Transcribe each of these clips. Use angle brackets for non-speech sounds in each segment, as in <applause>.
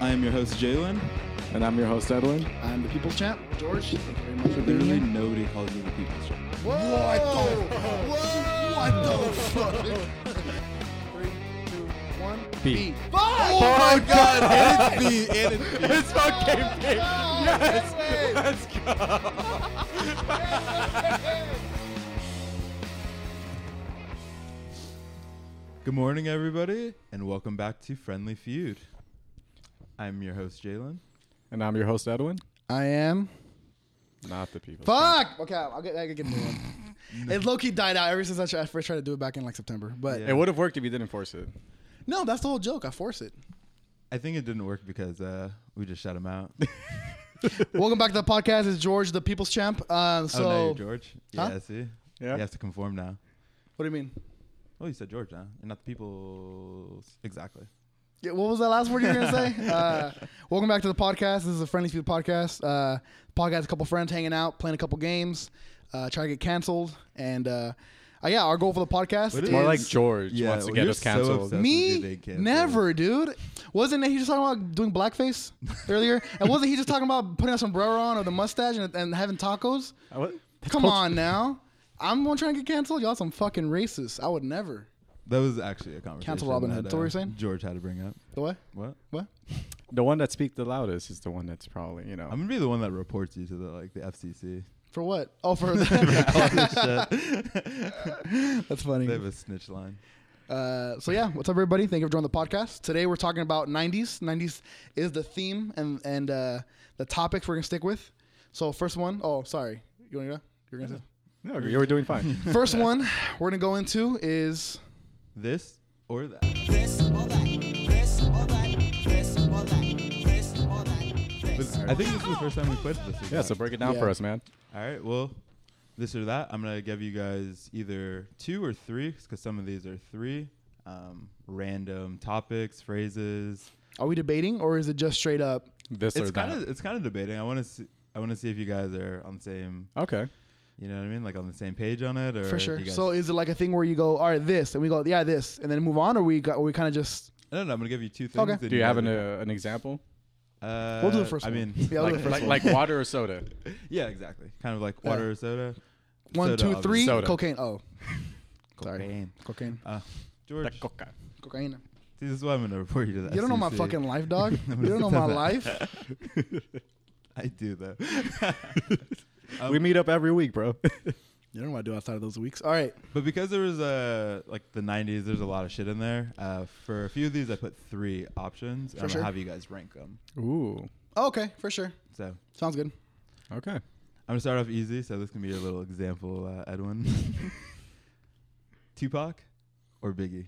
I am your host, Jalen. And I'm your host, Edwin. I'm the People's Champ, George. Thank you very much for being Literally here. nobody calls me the people's champ. <laughs> Whoa! What the fuck? <laughs> Three, two, one. B. B. Oh my god, and it's me, and it's me. It's fucking big. Yes. Let's go. Good morning, everybody, and welcome back to Friendly Feud. I'm your host, Jalen. And I'm your host, Edwin. I am. Not the people. Fuck. Okay, I'll get. I can get a new one. <laughs> It low key died out ever since I, tried, I first tried to do it back in like September. But Yeah. It would have worked if you didn't force it. no, that's the whole joke. I force it. I think it didn't work because uh, we just shut him <laughs> out. Oh, Welcome back to the podcast. It's George, the People's Champ. Uh, so, oh, no, you're George. Huh? Yeah, see? Yeah. You have to conform now. what do you mean? Oh, you said George, huh? You're not the people's. Exactly. Yeah, what was that last word you were gonna say? Uh, welcome back to the podcast. This is a friendly feud podcast. Uh, podcast, a couple friends hanging out, playing a couple games, uh, trying to get canceled, and uh, uh, yeah, our goal for the podcast What is- is More like George wants to well, get you're us so canceled. obsessed with your me. big cancel. Never, dude. Wasn't he just talking about doing blackface earlier? and wasn't he just talking about putting a sombrero on or the mustache and, and having tacos? I would- Come on now. I'm gonna try and get canceled. Y'all some fucking racist. I would never. That was actually a conversation. Robin that, Hood. So what were you uh, saying? George had to bring up. The what? What? What? The one that speaks the loudest is the one that's probably, you know. I'm gonna be the one that reports you to the like the FCC. For what? Oh, for the- <laughs> All this shit. that's funny. They have a snitch line. Uh, so yeah, what's up, everybody? Thank you for joining the podcast. Today we're talking about '90s. '90s is the theme and and uh, the topics we're gonna stick with. So first one, oh sorry, you wanna go? You're gonna no, you were <laughs> doing fine. say. First one we're gonna go into is This or that. This or that, this or that, this or that, this or that, this. I think this is the first time we played this. yeah, so break it down Yeah. for us, man. All right. Well, this or that. I'm gonna give you guys either two or three because some of these are three um, random topics, phrases. are we debating or is it just straight up? This It's or that. kind of it's kind of debating. I want to see. I want to see if you guys are on the same, okay. you know what I mean, like on the same page on it, or For if sure. you guys- So is it like a thing where you go, all right, this, and we go, yeah, this, and then move on, or we got, we kind of just I don't know. I'm gonna give you two things. Okay. and Do you have an, guys uh, an example? are- Uh, We'll do the first I one. mean, <laughs> Yeah, we'll do Like, the first like, one. like water or soda? <laughs> yeah, exactly. Kind of like Yeah. water or soda. one, Soda, two, obviously. three, Soda. cocaine. Oh, <laughs> sorry, Cocaine. cocaine, Uh, La George, coca. <laughs> cocaine. see, this is why I'm gonna report you to E that. You don't know my fucking life, dog. I'm You don't know my gonna life. <laughs> I do though. <laughs> Um, we meet up every week, bro. You don't know what I do outside of those weeks. All right. But because there was uh, like the '90s, there's a lot of shit in there. Uh, for a few of these, I put three options. and For I'm sure. gonna have you guys rank them. Ooh. Oh, okay, for sure. So I'm Sounds good. Okay. gonna start off easy. So this can be your little example, uh, Edwin. <laughs> Tupac or Biggie?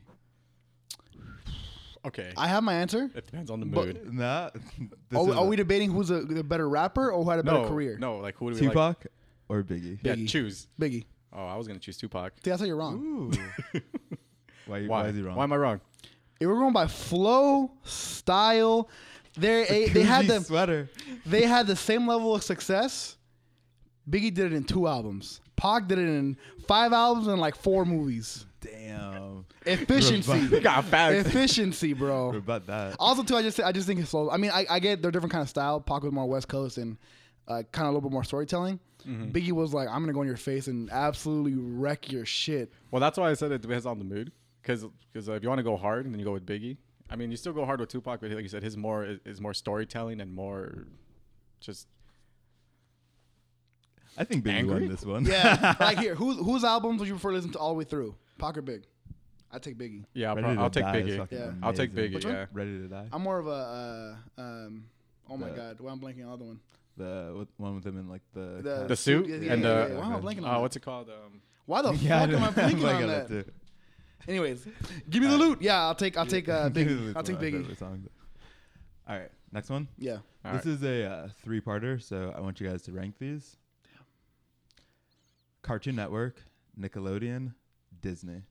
Okay. I have my answer. it depends on the But- mood. Nah. <laughs> this Are, is are a- Oh, we debating who's a, the better rapper or who had a better no, career? No, like who do we like? Tupac or Biggie? Yeah, Biggie. choose. Biggie. Oh, I was gonna choose Tupac. See, I said you're wrong. Ooh. why, you- Why? why is he wrong? Why am I wrong? If we're going by flow, style, they <laughs> a, they had Koozie the sweater. they had the same level of success. Biggie did it in two albums. Pac did it in five albums and like four movies. Damn. Efficiency, Got facts. efficiency, bro. What about that? Also, too, I just I just think it's slow. I mean, I, I get they're different kind of style. Pac was more West Coast and uh, kind of a little bit more storytelling. Biggie was like, I'm gonna go in your face and absolutely wreck your shit. well, that's why I said it depends on the mood. Because if you want to go hard, then you go with Biggie. I mean, you still go hard with Tupac, but like you said, his more is, is more storytelling and more just. I think Biggie Angry? won this one. Yeah, <laughs> <laughs> like here, whose whose albums would you prefer to listen to all the way through? Pac or Big? I take Biggie. Yeah, I'll, Ready pro- to I'll take Die is Biggie. fucking Yeah. I'll take amazing. Biggie. Which one? yeah. Ready to die. I'm more of a uh, um. Oh my The- god, why I'm blanking on the other one? The with- one with him in like the. The- <laughs> cat- The suit Yeah, yeah, and yeah, the. yeah. Why am I blanking on uh, that? what's it called? Um, Why the <laughs> Yeah, fuck am I know. I'm blanking on blanking that? too. Anyways, give me the loot. Yeah, I'll take <laughs> I'll take uh, This is Biggie. I'll one take of my Biggie. favorite songs. All right, next one. Yeah. all this right. is a uh, three-parter, so I want you guys to rank these. Cartoon Network, Nickelodeon, Disney.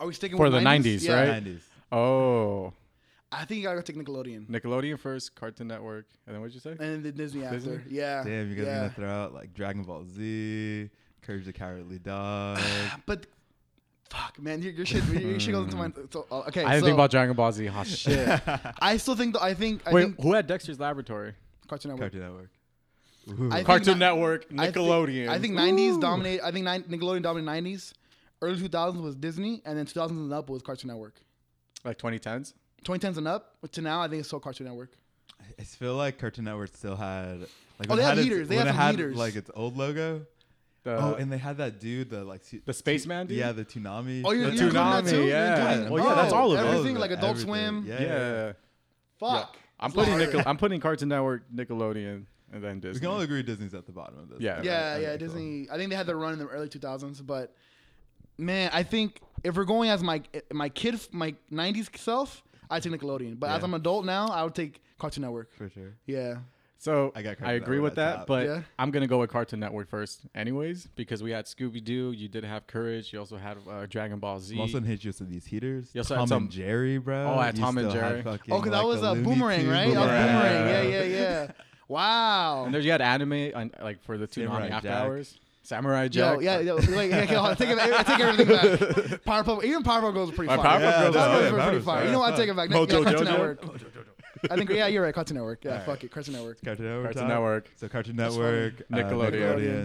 Are we sticking For with the 90s, Yeah. right? 90s. oh, I think you gotta go take Nickelodeon Nickelodeon first, Cartoon Network, and then what'd you say? and the Disney after. Disney? Yeah. Damn, you guys are yeah. gonna <sighs> throw out like Dragon Ball Z, Courage the Cowardly Dog. But Fuck, man, your, your shit, your shit goes into my. So, uh, okay, I didn't so <laughs> think about Dragon Ball Z. Hot shit. I still think. th- I think. I Wait, think who had Dexter's Laboratory? Cartoon Network. Cartoon Network. I think Cartoon that- Network, I think- Nickelodeon. I think, 90s dominate. I think nine, Nickelodeon dominated 90s. Early 2000s was Disney, and then 2000s and up was Cartoon Network. Like 2010s. 2010s and up to now, I think it's still Cartoon Network. I just feel like Cartoon Network still had like Oh, when they it had its- heaters. They when had it some heaters. like its old logo. The, oh, and they had that dude, the like su- Uh, the spaceman dude. yeah, the tsunami. Oh, you're, the Oh, you're including that Toonami, too? You're yeah. including- Oh, Well, yeah, that's all of it. Everything All of like it, Adult everything. Swim. Yeah. yeah. Fuck. I'm Sorry. putting Nickel- I'm putting Cartoon Network, Nickelodeon, and then Disney. We can all agree Disney's at the bottom of this. Yeah. right? Yeah, Okay, yeah, cool. Disney. I think they had their run in the early 2000s, but man, I think if we're going as my my kid, my 90s self, I take Nickelodeon. But as Yeah. I'm an adult now, I would take Cartoon Network. For sure. Yeah. So I I, got Cartoon agree Network with at that, top. but Yeah. I'm gonna go with Cartoon Network first, anyways, because we had Scooby Doo. You did have Courage. You also had uh, Dragon Ball Z. I'm also in hate you some of these heaters. You also had Tom some- and Jerry, bro. Oh, I had You Tom and still had Jerry. fucking, Oh, because that like, was the a Looney boomerang, Tunes right? That was Boomerang. boomerang. Yeah, yeah, yeah. Wow. and there you had anime and like for the Samurai Toonami After Jack. Hours, Samurai Jack. Yo, yeah, yo, wait, yeah, okay, hold on. I Take, it, I take everything back. Powerpuff, even Powerpuff Girls are My pretty fire. Powerpuff Girls Powerpuff are fire. Girls were That pretty was fire. fire. You know what? I take it back. Mojo yeah, Mojo Cartoon Jojo? Network. I think yeah, you're right. Cartoon Network. Yeah, fuck it, Cartoon Network. Cartoon Network. Cartoon top. Network. So Cartoon That's funny. Network, uh, Nickelodeon.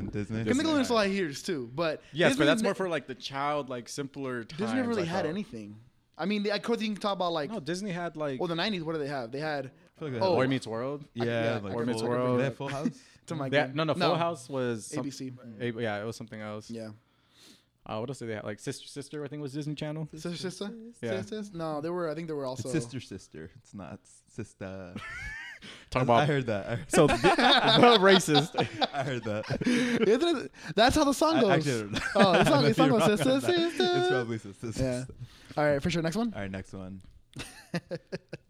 Nickelodeon, Disney. Because Disney. Nickelodeon's still like heaters too, but Yes, Disney but that's ne- more for like the child, like simpler times. Disney never really I had thought. anything. I mean, they- of course you can talk about like No, Disney had like well the '90s. What do they have? They had feel like they had, oh Boy Meets World. Yeah, yeah, like Or Miss Full- World. They had Full House. to my They had- game. no, no, Full House was some- ABC. A- yeah, it was something else. Yeah, Uh, what else did they have? Like Sister, Sister, I think was Disney Channel. sister, sister, Yeah. sisters. No, they were. I think they were also It's sister, sister. It's not sister. Talk I about heard that. I heard, so the, the racist. I heard that. <laughs> <laughs> Isn't it- That's how the song I, goes. actually, <laughs> I don't know. Oh, it's not- I might <laughs> it's not be going wrong sister, on that. sister. It's probably sister, sister. Yeah. All right, for sure. Next one. All right, next <laughs> one.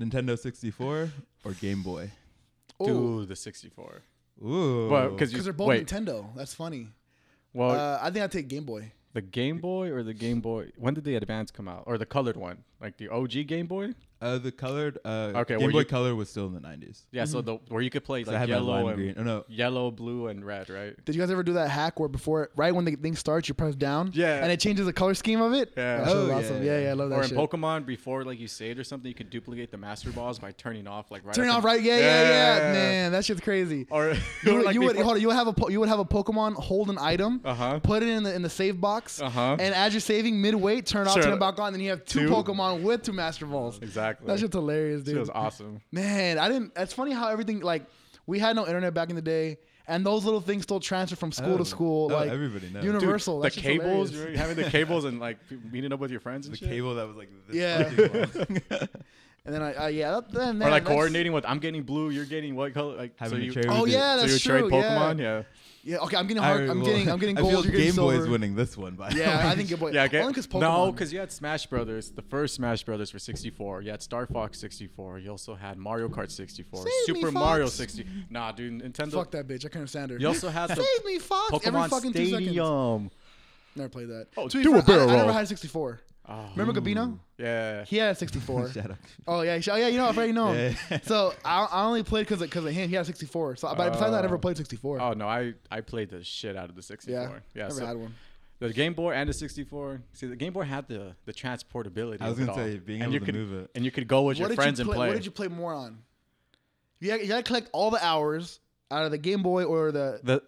Nintendo 64 or Game Boy? Ooh, Dude, the 64. Ooh. Well, because you because Oh. they're both wait. Oh. Nintendo. That's funny. well, Uh, I think I take Game Boy. the Game Boy or the Game Boy. When did the Advance come out, or the colored one, like the OG Game Boy? uh, the colored uh, Okay, Game were Boy you- Color was still in the 90s. Yeah, Mm-hmm. so the where you could play So I like had my yellow lime and green. Oh, no. yellow, blue, and red, right? Did you guys ever do that hack where before, right when the thing starts, you press down, Yeah. and it changes the color scheme of it? Yeah. that shit was Oh, yeah, awesome. yeah, Yeah, yeah, yeah. I love that Or in shit. Pokemon, before like you saved or something, you could duplicate the Master Balls by turning off like right. Turn it at off the- right, yeah, yeah, yeah, man, that shit's crazy. <laughs> Or you would, like you would before- hold on, you would have a po- you would have a Pokemon hold an item, Uh-huh. put it in the in the save box, Uh-huh. and as you're saving midway, turn off, Sure. turn it back on, then you have two, Two. Pokemon with two Master Balls. exactly. <laughs> That shit's hilarious, dude. It was awesome. Man, I didn't. It's funny how everything like we had no internet back in the day, and those little things still transfer from school Oh. to school. Oh, like everybody knows. Dude, Universal. the that shit's cables, hilarious. you were <laughs> having the cables and <laughs> like pe- meeting up with your friends and The shit. <laughs> cable that was like this Yeah. <laughs> fucking long. And then I, I yeah, that, then, or man, like that's- coordinating with I'm getting blue, you're getting what color? Like Having so to you, trade so with Oh it. yeah, So that's you trade true. Pokemon, yeah. yeah. yeah, okay, I'm getting All hard. right, I'm well, getting I'm <laughs> <laughs> getting I gold. feel You're Game getting Boy is silver. winning this one by <laughs> Yeah, I think Game Boy. Yeah, okay. Only because Pokemon. No, because you had Smash Brothers, the first Smash Brothers for 64. You had Star Fox 64. You also had Mario Kart 64, Save me, Super Mario Fox. 60. Nah, dude, Nintendo. fuck that bitch. I couldn't stand her. You also had the Save me, Fox. Every Pokemon fucking two seconds. Stadium. Never played that. Oh, To be do a fair, I- barrel I, never roll. had a 64. Oh, Remember Gabino? yeah. He had <laughs> a 64. Shut up. oh yeah, sh- oh yeah. You know, I already know him. Yeah. So I, I only played because because of him. He had a 64. So but besides that, I never played 64. Oh no, I I played the shit out of the 64. yeah, Yeah, Never so had one. the Game Boy and the 64. See, the Game Boy had the the transportability. I was of it gonna all. say, being able and you to could, move it. and you could go with your did friends you and play. What did you play more on? You gotta, you gotta collect all the hours out of the Game Boy or the. the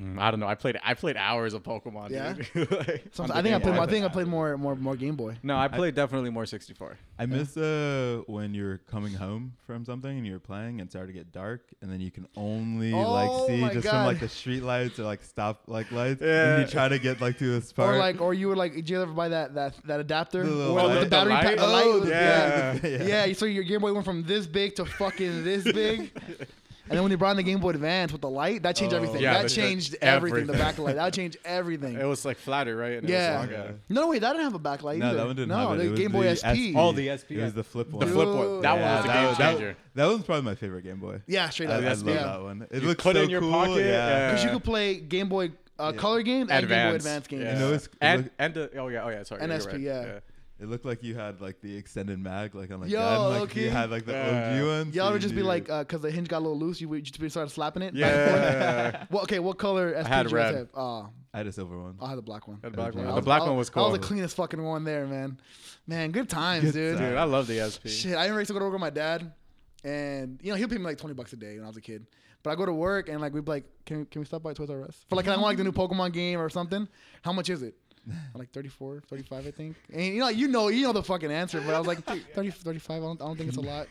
Mm, I don't know. I played I played hours of Pokemon. Yeah? dude. <laughs> Like, Sometimes- on the I think I Game played. Boy. More, I think I played more more more Game Boy. No, I played definitely more 64. I miss uh, when you're coming home from something and you're playing and it's starting to get dark and then you can only Oh like see my just from like God. the street lights or like stop like lights and Yeah. you try to get like to this part. Or like, or you would like, did you ever buy that that that adapter? The little Or light. the The battery light? pack. the light Oh, was- yeah. <laughs> yeah. Yeah, So your Game Boy went from this big to fucking this big, and then when you brought in the Game Boy Advance with the light, that Oh. changed everything. Yeah, that that- changed that- everything. The everything. backlight. That changed <laughs> everything. It was like flatter, right? And It yeah. was longer. No, wait, that didn't have a backlight. No, either. that one didn't No, have it. the It was Game Boy the SP. S- Oh, the SP. It was the flip The one. flip one. That Yeah, one was the that game was- that- changer. That one's probably my favorite Game Boy. yeah, straight I, up. I love yeah. that one. It You looks put it so in your cool. pocket, Yeah. Because you Yeah. could play Game Boy uh, Color games and Game Boy Advance games. Yeah. You know, it's- and and the, oh yeah, oh yeah, sorry. you're NSP, right. yeah. It looked like you had like the extended mag, like on the Yo, gun. Like low-key. you had like the Yeah. OG ones. Y'all so would you just be knew. like, uh, because the hinge got a little loose, you would just be started slapping it. back and forth. Yeah. Well, okay, <laughs> what color SP had did you guys red. have? Oh, I had a silver one. I had the black one. That black Yeah, one. I The was- black I one was I cool. was the cleanest fucking one there, man. Man, good times, Good dude. times. Dude, I love the SP. Shit, I didn't race to go to work with my dad, and you know he'll pay me like twenty bucks a day when I was a kid. But I go to work and like we'd be like, can can we stop by Toys R Us for like I want like the new Pokemon game or something? How <laughs> much is it? I'm like 34, 35, I think. And you know, like, you know, you know the fucking answer, but I <laughs> was like 30, 35. I don't, I don't think it's a lot.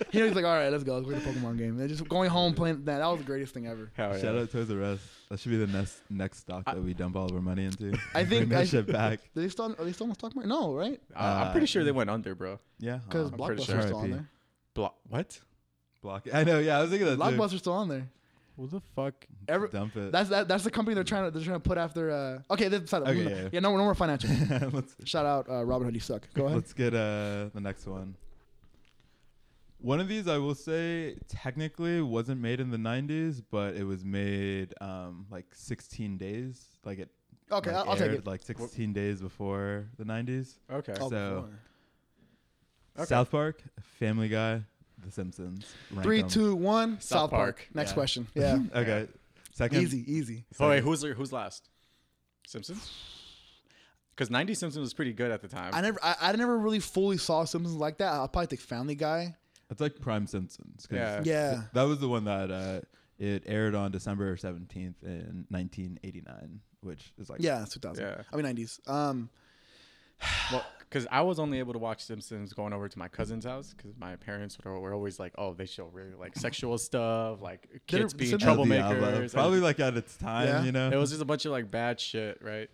<laughs> he was like, all right, let's go. Let's play the Pokemon game. And just going home playing that. That was the greatest thing ever. Hell yeah. Shout out Toys R Us. That should be the next next stock I- that we dump all of our money into. <laughs> I think Bring that I- shit back. Do they still are they still on the stock market? No, right? I- I'm Uh, pretty sure they went under, bro. Yeah. Because uh, I'm pretty Blockbuster's sure. still on RIP. there. Blo- what? block. it. I know. Yeah, I was Uh, thinking that. too. Blockbuster's still on there. What the fuck? Every, dump it. <laughs> That's that, that's the company they're trying to they're trying to put after. Uh, okay, that's beside Okay, yeah, yeah, yeah. no, no more financial. let's Shout out uh, Robin Hood, you suck. Go ahead. let's get uh the next one. One of these I will say technically wasn't made in the 90s, but it was made um like 16 days, like it Okay, like I'll, I'll take aired, it. like 16 days before the 90s. Okay. so- Oh, before. Okay. South Park, Family Guy, The Simpsons. Rank three, 'em. two, one. um, South South Park. Park. Next Yeah. question. <laughs> Yeah, <laughs> Okay. Second. easy, easy. Oh, wait, who's who's last? Simpsons. Because '90s Simpsons was pretty good at the time. I never, I, I never really fully saw Simpsons like that. I'll probably take Family Guy. It's like Prime Simpsons. 'cause Yeah. Yeah, That was the one that uh, it aired on December 17th in 1989, which is like yeah, it's 2000. Yeah. I mean 90s. Um, Because I was only able to watch Simpsons going over to my cousin's house because my parents were, were always like, "Oh, they show really like sexual stuff, like kids being Simpsons- El Diablo. troublemakers." and- Probably like at its time, Yeah. you know. <laughs> it was just a bunch of like bad shit, right?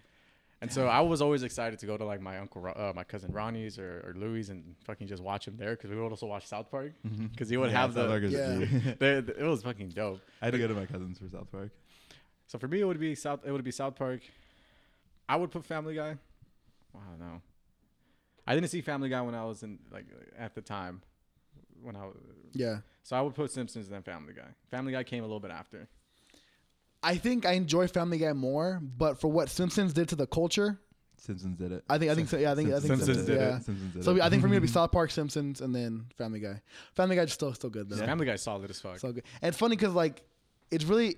And so I was always excited to go to like my uncle, Ro- uh, my cousin Ronnie's or, or Louis, and fucking just watch him there because we would also watch South Park because he would Mhm. Yeah, have South Park the. is a Yeah. G. they- they- it was fucking dope. <laughs> I had to go to my cousins for South Park. So for me, it would be South. It would be South Park. I would put Family Guy. Wow, no, I didn't see Family Guy when I was in like at the time when I. yeah. So I would put Simpsons and then Family Guy. Family Guy came a little bit after. I think I enjoy Family Guy more, but for what Simpsons did to the culture, Simpsons did it. I think I think so. Yeah, I think I think Simpsons did it. yeah. Simpsons did So it. I think for me it'd be Mm. South Park, Simpsons, and then Family Guy. Family Guy's still still good though. Family Guy's solid as fuck. So good. And it's funny because like it's really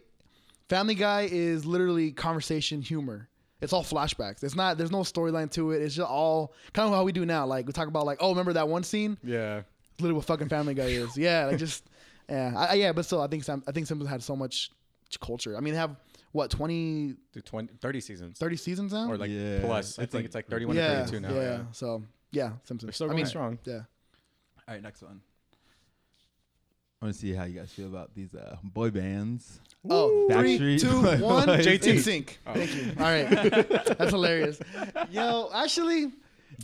Family Guy is literally conversation humor. It's all flashbacks. It's not. There's no storyline to it. It's just all kind of how we do now. Like we talk about like oh remember that one scene? yeah. It's literally what fucking Family Guy <laughs> is. Yeah. Like just yeah. I, I- yeah. But still, I think Sam, I think Simpsons had so much culture. I mean, they have what 20, The 20, 30 seasons 30 seasons now. or like Yeah. plus. I It's think like- it's like 31 yeah, to 32 now. Yeah. Yeah. So yeah, They're Simpsons. still I going mean, strong. yeah. All right, next one. I want to see how you guys feel about these uh, boy bands. Oh, three, Backstreet <laughs> two, Boys. one. JT. In sync. Thank you. All right. That's hilarious. Yo, actually,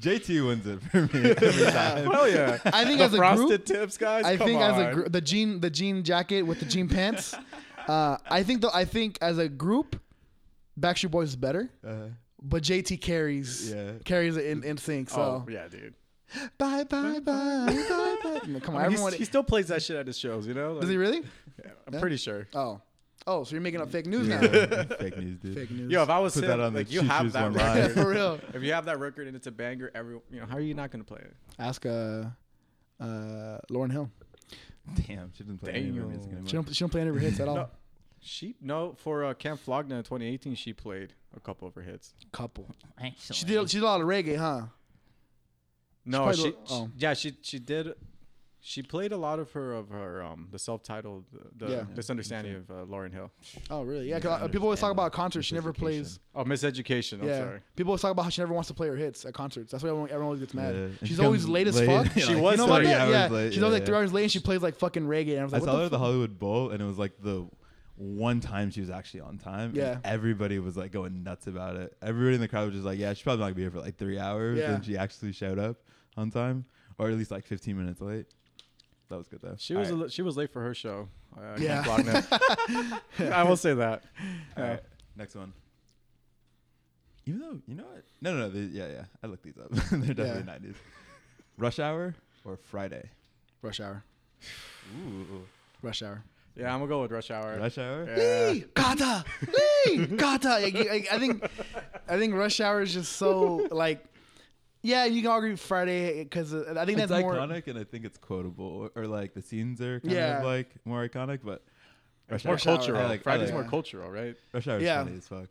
JT wins it for <laughs> me every time. Hell yeah. I think the <laughs> as a frosted group, tips, guys. I come think on. as a group, the jean the jean jacket with the jean pants. Uh, I think though, I think as a group, Backstreet Boys is better, Uh, but JT carries Yeah. carries it in, in sync. So Oh yeah, dude. bye bye bye bye bye. No, Come on, I mean, everyone. he's- he still plays that shit at his shows, you know. does Like, he really? I'm pretty sure. Oh, oh, so you're making up fake news now? yeah, <laughs> fake news, dude. Fake news. <laughs> Yo, if I was Put him, that on the like you Choo have Choos that online. record. for real. <laughs> if you have that record and it's a banger, every you know, how are you not gonna play it? Ask uh, uh, Lauren Hill. Damn, she didn't play any of her music Damn. anymore. She don't, she don't play any of her hits at all. No. She no for uh, Camp Flogna in 2018, she played a couple of her hits. Couple. She did. She did a lot of reggae, huh? No, She she, played a- she- oh. yeah, she she did. She played a lot of her of her um the self-titled the, the Yeah. misunderstanding of uh, Lauren Hill. Oh, really? Yeah. 'cause, uh, people always talk about concerts. She never plays. Oh, Miseducation. I'm yeah. sorry. People always talk about how she never wants to play her hits at concerts. That's why everyone, everyone always gets mad. Yeah. And She's she always comes late as late. <laughs> fuck. Yeah, She was you know about three that? hours yeah. late. She's always Yeah, like three yeah. hours late and she plays like fucking reggae. And I was I like, saw her at what the the fuck? Hollywood Bowl, and it was like the one time she was actually on time. and Yeah. everybody was like going nuts about it. Everybody in the crowd was just like, "Yeah, she's probably not gonna be here for like three hours," Yeah. and she actually showed up on time, or at least like 15 minutes late. That was good though. She was All a right. li- she was late for her show. Uh, Yeah. yeah, <laughs> I will say <laughs> that. Uh, All Yeah. right, next one. Even though you know what? No, no, no. they- yeah, yeah. I looked these up. <laughs> They're definitely 90s. Rush Hour or Friday? Rush hour. Ooh, Rush hour. Yeah, I'm gonna go with Rush Hour. Rush Hour. Yeah. <laughs> Lee kata, Lee kata. Like, I, I think, I think Rush Hour is just so like, Yeah, you can argue Friday because uh, I think it's that's more. iconic, and I think it's quotable, or, or like the scenes are kind Yeah. of like more iconic. But Rush It's more Hour, Hour. cultural. I like- I Friday's like more it. cultural, right? Rush Hour is Yeah. funny as fuck.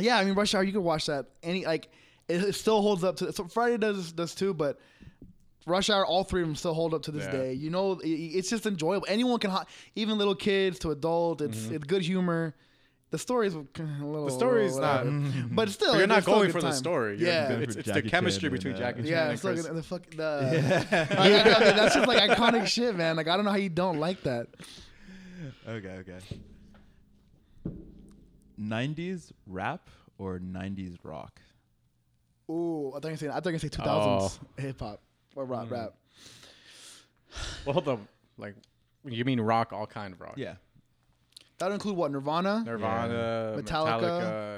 Yeah, I mean Rush Hour. You could watch that. Any like it, it still holds up to. So Friday does does too, but Rush Hour, all three of them still hold up to this Yeah. day. You know, i- i- it's just enjoyable. Anyone can, ho- even little kids to adult. It's it's good humor. The story's a little. Mm-hmm. The story's whatever. not. <laughs> But still, But you're it's not still a going good for the time. story. You're- Yeah, Going it's, for it's the Jackie chemistry Chan between and, uh, Jackie Chan yeah. and It's still Chris. good. The fuck the. <laughs> Like, I- I- that's just like iconic <laughs> shit, man. Like I don't know how you don't like that. Okay, okay. 90s rap or 90s rock? Ooh, I thought you were saying I thought you were gonna say two thousands Oh. hip hop or rock Mm. rap. Well, hold on. Like, you mean rock, all kind of rock. Yeah. That would include what Nirvana, Nirvana, Yeah. Metallica.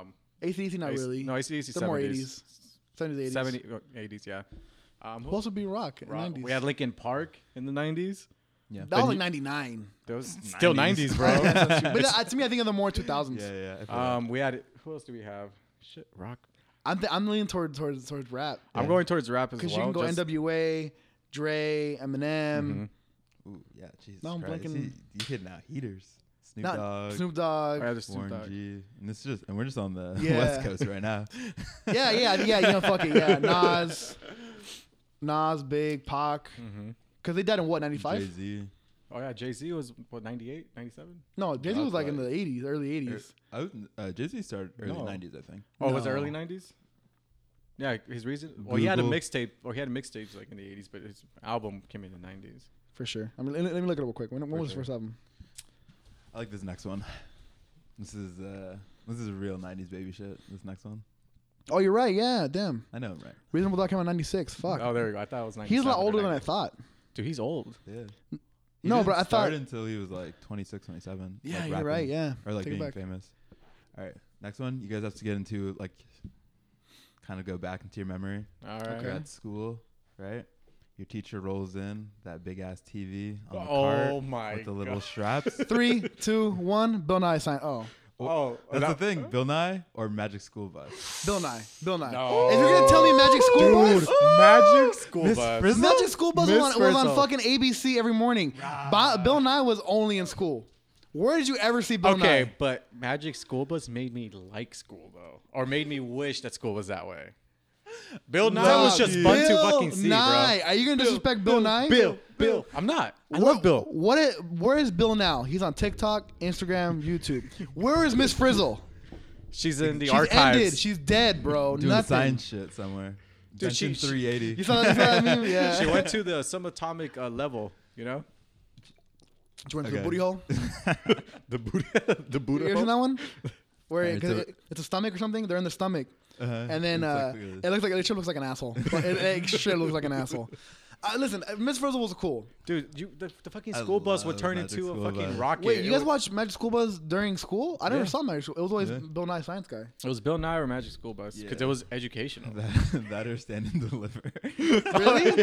um, ACDC, not AC really. No, ACDC They're more 70s. 70s, 80s. 70s. 80s, oh, yeah. Um, who Supposed to be rock in rock- the 90s. We had Linkin Park in the 90s. Yeah. that was like 99. <laughs> That was still 90s, 90s. <laughs> bro. but uh, to me, I think of the more 2000s. yeah, yeah. I feel um, we had, who else do we have? Shit, rock. I'm, th- I'm leaning towards towards towards rap. I'm going towards rap as well. Because you can go just- Mm-hmm. NWA, Dre, Eminem, that. Ooh, yeah, Jesus No, I'm Christ. blinking. You, you hitting out heaters. Snoop not Dogg, Snoop Dogg. I had oh, Snoop Warren Dogg. G. And this is just, and we're just on the <laughs> Yeah. West Coast right now. <laughs> <laughs> yeah, yeah, yeah. You know, fuck it. Yeah, Nas, Nas, Big, Pac. Mm-hmm. Because they died in what 95? Jay Z. Oh, yeah. Jay Z was, what, 98, 97? No, Jay Z was Nas, like in the like- 80s, early 80s. Uh, Jay Z started early No. 90s, I think. Oh, was it No. early '90s? Yeah, his reason. Well, he had a Google. mixtape, or he had mixtapes like in the '80s, but his album came in the '90s. For sure. I mean, let me, let me look it up real quick. When, when was sure. the first album? I like this next one. This is uh, this is real 90s baby shit. This next one. Oh, you're right. Yeah, damn. I know, I'm right? Reasonable Doubt came out in 96. Fuck. Oh, there we go. I thought it was '90s. He's a lot older than I thought. Dude, he's old. Yeah. No, didn't but I start thought- until he was like 26, 27. Yeah, like you're right. rapping. Yeah. or like Take it being back. famous. All right, next one. You guys have to get into like, kind of go back into your memory. All right. You're at school, right? Your teacher rolls in that big ass TV on the Oh cart my with the little God. <laughs> straps. Three, two, one. Bill Nye sign. Oh, Oh, That's that- the thing, Bill Nye or Magic School <laughs> Bus. Bill Nye. Bill Nye. No. Is you gonna tell me Magic School Dude, Bus? Magic School Miss Bus. Frizzle? Magic School Bus was Miss on, was on Frizzle. fucking ABC every morning. Bi- Bill Nye was only in school. Where did you ever see Bill okay, Nye? but Magic School Bus made me like school though, or made me wish that school was that way. Bill Nye was just dude. fun Bill to fucking see, Nye. bro. Are you gonna disrespect Bill, Nye? Bill, Bill. I'm not. I What- love Bill. What? i- where is Bill now? He's on TikTok, Instagram, YouTube. Where is Miss Frizzle? She's in the She's archives. ended. She's dead, bro. Doing Nothing. science shit somewhere. Dude, she- she- 380. <laughs> You saw, you saw <laughs> that meme? Yeah. she went to the subatomic uh, level, you know? She went to the Okay. booty hole. The Buddha. the You ever Buddha. seen that one? Where Yeah, it- it's 'cause a- it- it's, a, stomach or something. They're in the stomach, Uh-huh. and then It's uh, like the- it looks like it sure looks like an asshole. But it, it sure looks like an asshole. Uh, listen, uh, Miss Frizzle was cool. Dude, you, the, the fucking I school bus would love turn Magic into a School fucking Bus. rocket. Wait, It you guys wa- watched Magic School Bus during school? I never Yeah. saw Magic School. It was always Yeah. Bill Nye Science Guy. It was Bill Nye or Magic School Bus because Yeah. it was educational. that, <laughs> that or stand and <laughs> deliver. <laughs> Really?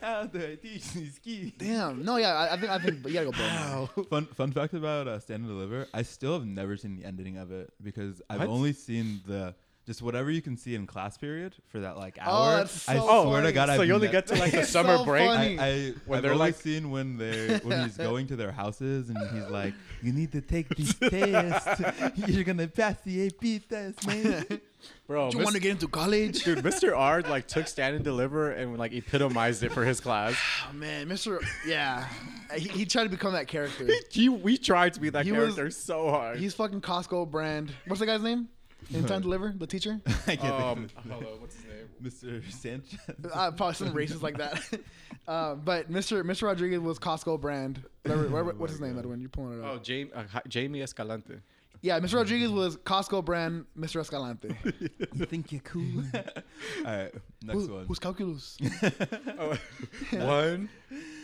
How do I teach these kids? Damn. No, yeah, I, I think I think you gotta go Bill Nye. Fun fun fact about uh, Stand and Deliver: I still have never seen the ending of it because I've What? only seen the just whatever you can see in class period for that like hour. Oh, that's I so swear funny. to God, Oh, so I've you only ne- get <laughs> to like the It's summer so break. funny. I, I when I've they're only like- seen when they when <laughs> he's going to their houses and he's <laughs> like, "You need to take these tests. You're gonna pass the AP test, <laughs> man." <laughs> Bro, Do you Mis- want to get into college? dude, Mr. R like took stand and deliver and like epitomized it for his class. Oh man, Mister. Yeah, he, he tried to become <laughs> that character. He, we tried to be that He was- character so hard. He's fucking Costco brand. What's the guy's name? In time deliver the teacher. I can't um, think of <laughs> hello, what's his name? Mr. Sanchez. uh, probably some <laughs> racist like that. <laughs> Uh, but Mr. Mr. Rodriguez was Costco brand. Whatever, <laughs> whatever- Oh what's his my name, God. Edwin? You're pulling it Oh, up. Jamie, uh, hi- Jamie <laughs> Escalante. Yeah, Mr. Rodriguez was Costco brand <laughs> Mr. Escalante. you think you're cool? All right, next Who- one. Who's calculus? Oh, one,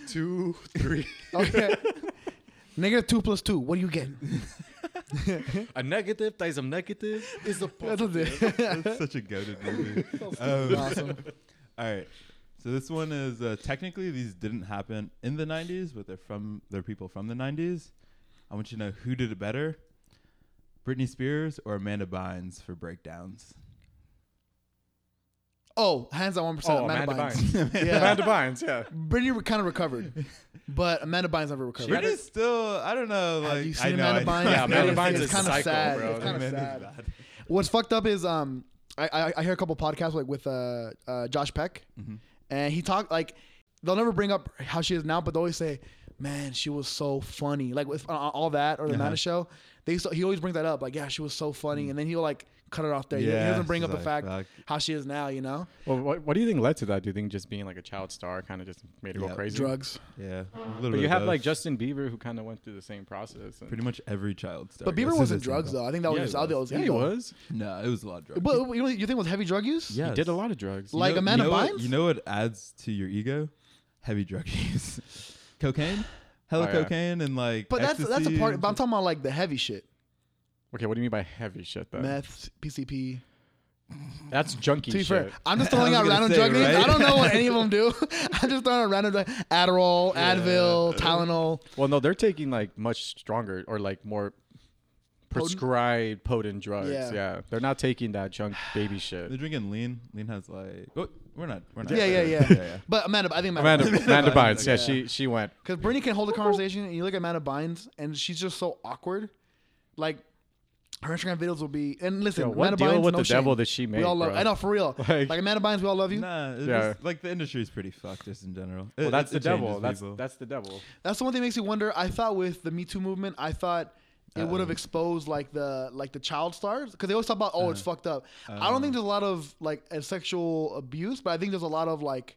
two, three. Okay. Negative two plus two. What do you get? <laughs> A negative times a negative Oh, is a <laughs> That's positive. what <laughs> it. Um, That's <laughs> such a goaded movie. Um, awesome. All right. So this one is uh, technically these didn't happen in the 90s, but they're from they're people from the 90s. I want you to know who did it better, Britney Spears or Amanda Bynes for breakdowns. Oh, hands on one percent. Oh, Amanda, Amanda Bynes. <laughs> yeah, Amanda Bynes, yeah. Brittany kind of recovered, but Amanda Bynes never recovered. Brittany- Brittany's still. I don't know. Like Have you I seen know. I Amanda know. Bynes? Yeah, Amanda It's- Bynes it's is kinda psycho, sad. bro. It's kind of Amanda's sad. bad. What's fucked up is um, I I, I hear a couple podcasts like with uh, uh Josh Peck, and he talked like they'll never bring up how she is now, but they always say, "Man, she was so funny." Like with uh, all that or the Mana show, they used to- he always brings that up. Like, yeah, she was so funny, and then he'll like cut it off there. He- he Yeah, doesn't bring she's up the like, fact "Fuck." how she is now. You know, Well, what, what do you think led to that? Do you think just being like a child star kind of just made her go Yeah. crazy? drugs. Yeah. a little bit But you of have both. like Justin Bieber who kind of went through the same process. and- pretty much every child star. But Bieber wasn't drugs though. I think that was Yeah, his he other. was. Yeah, he was. No, it was a lot of drugs. But you know, you think it was heavy drug use? Yes. He did a lot of drugs. Like you know, Amanda you know Bynes? What, you know what adds to your ego? Heavy drug use, <laughs> cocaine, hella Oh, yeah. cocaine, and like. But that's that's a ecstasy part. and But I'm shit. talking about like the heavy shit, okay, what do you mean by heavy shit though? meth, PCP. That's junkie To be shit. fair, <laughs> I'm just throwing I out was gonna random say, drug names. I right? don't know what any of them do. <laughs> I'm just throwing out random drug- Adderall, Advil, Tylenol. Well, no, they're taking like much stronger or like more prescribed potent drugs. Yeah. Yeah. They're not taking that junk baby They're <sighs> shit. drinking lean. Lean has like. Oh, we're not. We're not. Yeah, yeah, yeah. <laughs> yeah. But Amanda, I think Amanda, Amanda. <laughs> Amanda Bynes, Bynes, yeah, yeah. she she went. Because Brittany can hold a conversation, and you look at Amanda Bynes, and she's just so awkward. Like her Instagram videos will be. And listen, Yo, what Amanda deal Bynes, with no the shame. devil did she We make, all love. bro? I know for real. <laughs> Like, Like- Amanda Bynes, we all <laughs> love you. Nah, it's Yeah. just, like the industry is pretty fucked just in general. Well, It- that's it- the it changes devil. That's people. that's the devil. That's the one thing that makes me wonder. I thought with the Me Too movement, I thought it would have exposed like the like the child stars because they always talk about oh Uh-huh. it's fucked up. I don't think there's a lot of like uh, sexual abuse, but I think there's a lot of like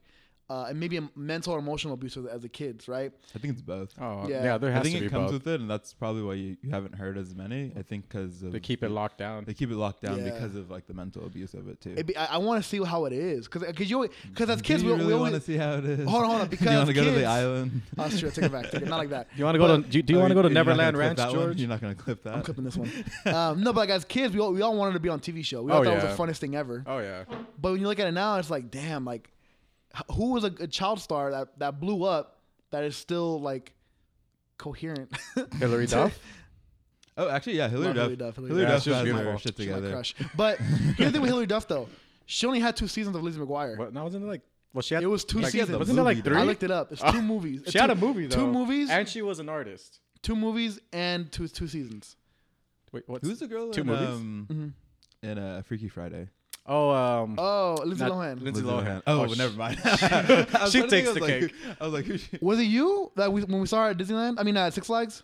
uh, and maybe mental or emotional abuse as, as the kids, right? I think it's both. Oh, Yeah. yeah. there I has think to be it comes both. with it, and that's probably why you, you haven't heard as many. I think because they keep it locked down. They keep it locked down Yeah. because of like the mental abuse of it too. It'd be, I, I want to see how it is because because you because as Do kids you we, really we want to always see how it is. Hold on, <laughs> hold on, you because want to go to kids- the island? <laughs> oh sure take it back take it not like that. Do you want to go to do, do you Oh, want to go to you're not gonna Neverland clip Ranch, that one? George? You're not gonna clip that. I'm clipping <laughs> this one. um, no, but like as kids, we all, we all wanted to be on TV show. We all Oh, thought it yeah. was the funnest thing ever. Oh yeah. But when you look at it now, it's like, damn, like h- who was a, a child star that that blew up that is still like coherent? <laughs> Hillary Duff? Oh, actually, yeah, Hillary Not Duff. Hillary Duff, Hillary Hillary Duff. Duff Yeah, she was has beautiful. her shit She's my together. crush. But here's the thing with Hillary Duff though, she only had two seasons of Lizzie <laughs> McGuire. What? No, wasn't it like? Well, she had. It was two like, seasons. Wasn't it Movie, like three? though. Ah. I looked it up. It's two movies. It's She had two- a movie though. Two movies, and she was an artist. two movies, and two two seasons. Wait, what's Who's the girl Two in movies? um in uh, Freaky Friday? Oh, um, Oh, Lindsay Not- Lohan. Lindsay- Lindsay Lohan. Oh, Oh, well, sh- never mind. I was she trying to think, I takes was the like, cake. I was like, who she? was it you that we, when we saw her at Disneyland? I mean, at Six Flags.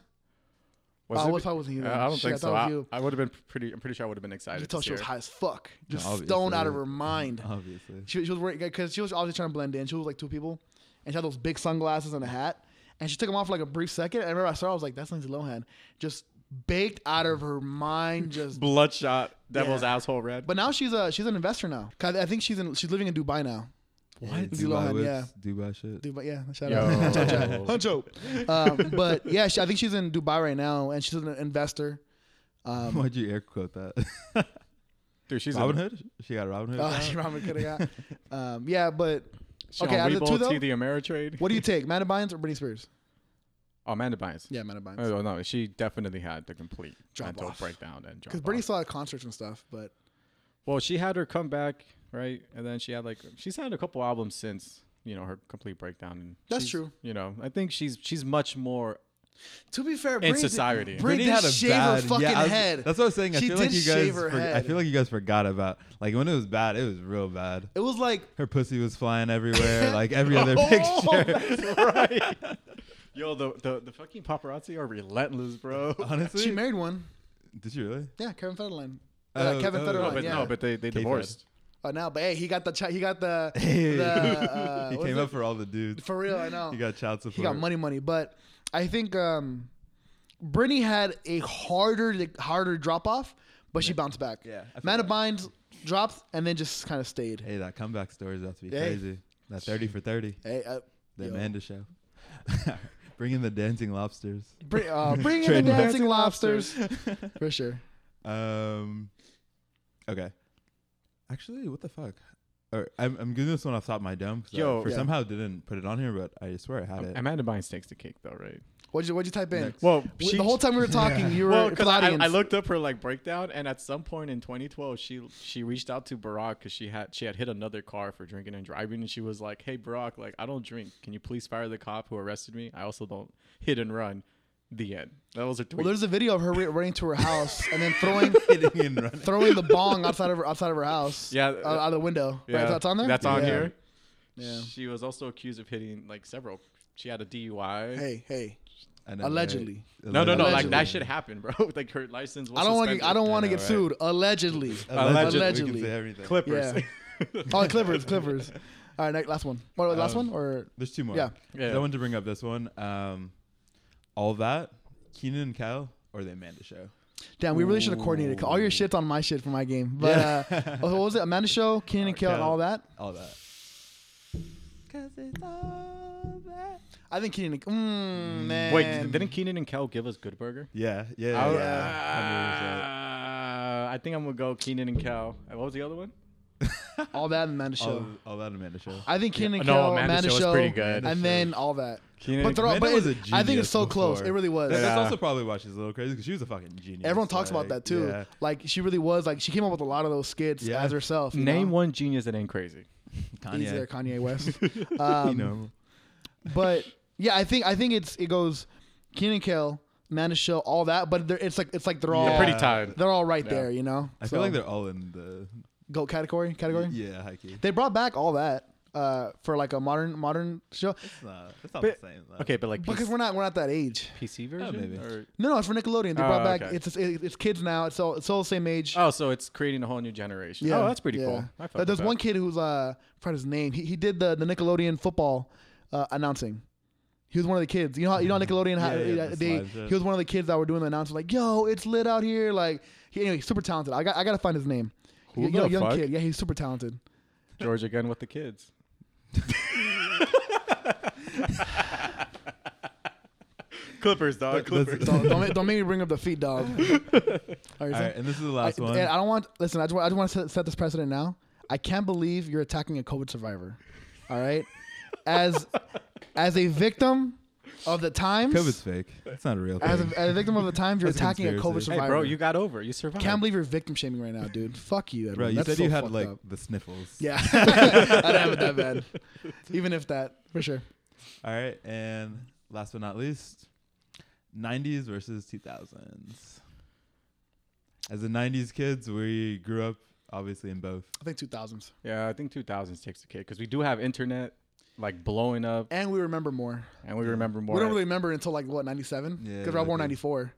was oh, it- what part was he in? Uh, I don't Shit, think I so. thought it was I, you. would have been pretty. I'm pretty sure I would have been excited. to You could tell see she was her. high as fuck, just Obviously. stoned out of her mind. Obviously. She, she was wearing because she was obviously trying to blend in. She was like two people, and she had those big sunglasses and a hat. And she took them off for like a brief second. And I remember I saw, her, I was like, "That's Lindsay Lohan, just baked out of her <laughs> mind." Just, bloodshot, devil's <laughs> Yeah. asshole red. but now she's a she's an investor now. 'Cause I think she's in she's living in Dubai now. What? Lindsay Lohan, Dubai whips, yeah. Dubai shit. Dubai, yeah, shout <laughs> Yo. out, Hunch out, Hunch out. <laughs> Um, but yeah, she, I think she's in Dubai right now, and she's an investor. Um, Why'd you air quote that? dude, she's Robin a, Hood? She got Robin Hood. <laughs> oh, out? she probably could have got. Um, yeah, but She Okay, okay, on out of the two, Webull though? T the Ameritrade. what do you take, Amanda Bynes or Britney Spears? Oh, Amanda Bynes. Yeah, Amanda Bynes. Oh no, she definitely had the complete Drop mental off. breakdown and drop Because Britney off. saw at concerts and stuff, but Well, she had her comeback, right? And then she had like she's had a couple albums since you know her complete breakdown. And That's she's- true. You know, I think she's she's much more to be fair, in Britney did- society. Britney did shave her fucking yeah, I was- head. That's what I was saying. I She feel did like you shave guys. her forg- I head. feel like you guys forgot about like when it was bad. It was real bad. It was like Her pussy was flying everywhere. like every other picture. right. Yo, the, the the fucking paparazzi are relentless, <laughs> bro. Honestly, she married one. did you <laughs> really? Yeah, Kevin Federline. Oh, uh, Kevin oh, Federline. No, but yeah. no, but they they K-Fed. divorced. oh, now, but hey, he got the chi- he <laughs> got the, Hey. the uh, <laughs> he what came is up for all the it? dudes. for real. I know <laughs> He got child support. he got money, money. But I think um, Brittany had a harder harder drop off, but she bounced back. Yeah, I feel Amanda that. Bynes dropped and then just kind of stayed. Hey, Hey, that comeback story is about to be Hey. crazy. That thirty for thirty, uh, the yo. Amanda show. <laughs> Bring in the dancing lobsters. Bri- <laughs> uh, bring in the Trademark. dancing lobsters for sure. Um, okay. Actually, what the fuck? All right, I'm I'm doing this one off the top of my dome because Yo. I for Yeah. somehow didn't put it on here, but I swear I had it. Amanda Bynes takes the cake though, right? What'd you What'd you type in? Next. Well, W- she- the whole time we were talking, you were well, for because the I, audience. I looked up her like breakdown, and at some point in 2012, she she reached out to Barack because she had she had hit another car for drinking and driving, and she was like, "Hey Barack, like I don't drink. Can you please fire the cop who arrested me? I also don't hit and run." The end. That was her tweet. Well, there's a video of her re- running to her house and then <laughs> throwing Hitting and running. throwing the bong outside of her outside of her house. Yeah, uh, out of the window. yeah, Right, that's on there. That's on Yeah. here. Yeah. She was also accused of hitting like several. She had a DUI. Hey, hey. I know, Allegedly. right? No, no, no! Like Allegedly. that should happen, bro. <laughs> like her license was. I don't want suspended. to. I don't want to know, get right? sued. Allegedly. Allegedly. Allegedly. We can say everything. Clippers. Yeah. <laughs> oh, Clippers, Clippers. All right, next, last one. What, last Um, one or There's two more. Yeah. Yeah. I wanted to bring up this one. Um, all that, Keenan and Kyle, or the Amanda Show. damn, we really should have coordinated. All your shit's on my shit for my game. But uh, what was it? Amanda Show, Keenan and Kale, and Kel. all that. All that. Cause it's all that. I think Keenan. and- Mm, man. Wait, didn't Keenan and Kel give us Good Burger? Yeah, yeah, I- Oh, yeah. yeah. Uh, I think I'm gonna go Keenan and Cal. Uh, What was the other one? <laughs> all that and Amanda Oh, 100%. All, Show? all that Amanda Show. I think Keenan and No, Kale, Amanda Amanda Show Show, was pretty good. and then all that. Keenan But and they're all. Amanda But was it- a I think it's genius so close. before. It really was. That- That's Yeah. also probably why she's a little crazy because she was a fucking genius. Everyone talks about like, that too. yeah. Like she really was. Like she came up with a lot of those skits Yeah. as herself. you Name know? one genius that ain't crazy. Kanye. He's there, Kanye West. <laughs> you Um, know, but yeah, I think I think it's it goes Keenan Kale, Man of Show, all that. But they're, it's like it's like they're all They're Yeah. pretty tied. they're all right Yeah. there, you know. I feel like they're all in the go category category. Yeah, high key. They brought back all that uh, for like a modern modern show It's not, it's not But- the same. Though. Okay, but like because PC, we're Oh, not we're not that age. PC version. maybe. Or- No, no, it's for Nickelodeon. They brought Oh, back okay. it's it's it's kids now. It's all it's all the same age. oh, so it's creating a whole new generation. Yeah, oh, that's pretty yeah. cool. I fuck But with there's that. one kid who's uh, I forgot his name. He, he did the the Nickelodeon football uh, announcing. He was one of the kids. You know, how, you know, how <laughs> Nickelodeon. How, Yeah, yeah, uh, the they, slides, yeah. he was one of the kids that were doing the announcement. Like, yo, it's lit out here. Like, he, anyway, he's super talented. I got I gotta find his name. Who Y- the young, young fuck? kid. Yeah, he's super talented. George again with the <laughs> kids. Clippers, dog. Clippers. So don't, make, don't make me bring up the feet, dog. All right, All so- right, and this is the last I, one. and I don't want. Listen, I just want, I just want to set, set this precedent now. I can't believe you're attacking a COVID survivor. All right, as as a victim of the times, <laughs> COVID's fake. It's not a real thing. as, a, as a victim of the times, you're That's a attacking a COVID conspiracy. <laughs> survivor. Hey, bro, you got over. it. You survived. can't believe you're victim shaming right now, dude. Fuck you, Edwin. Bro, you That's said so you had fucked like up. the sniffles. <laughs> Yeah, I don't have it that bad. Even if that, for sure. All right, and last but not least, 90s versus 2000s. As the 90s kids, we grew up obviously in both. I think 2000s, Yeah, I think 2000s takes the cake because we do have internet like blowing up, and we remember more. and we remember more. We don't really remember until like what 97 because Yeah, we're all born exactly. 94.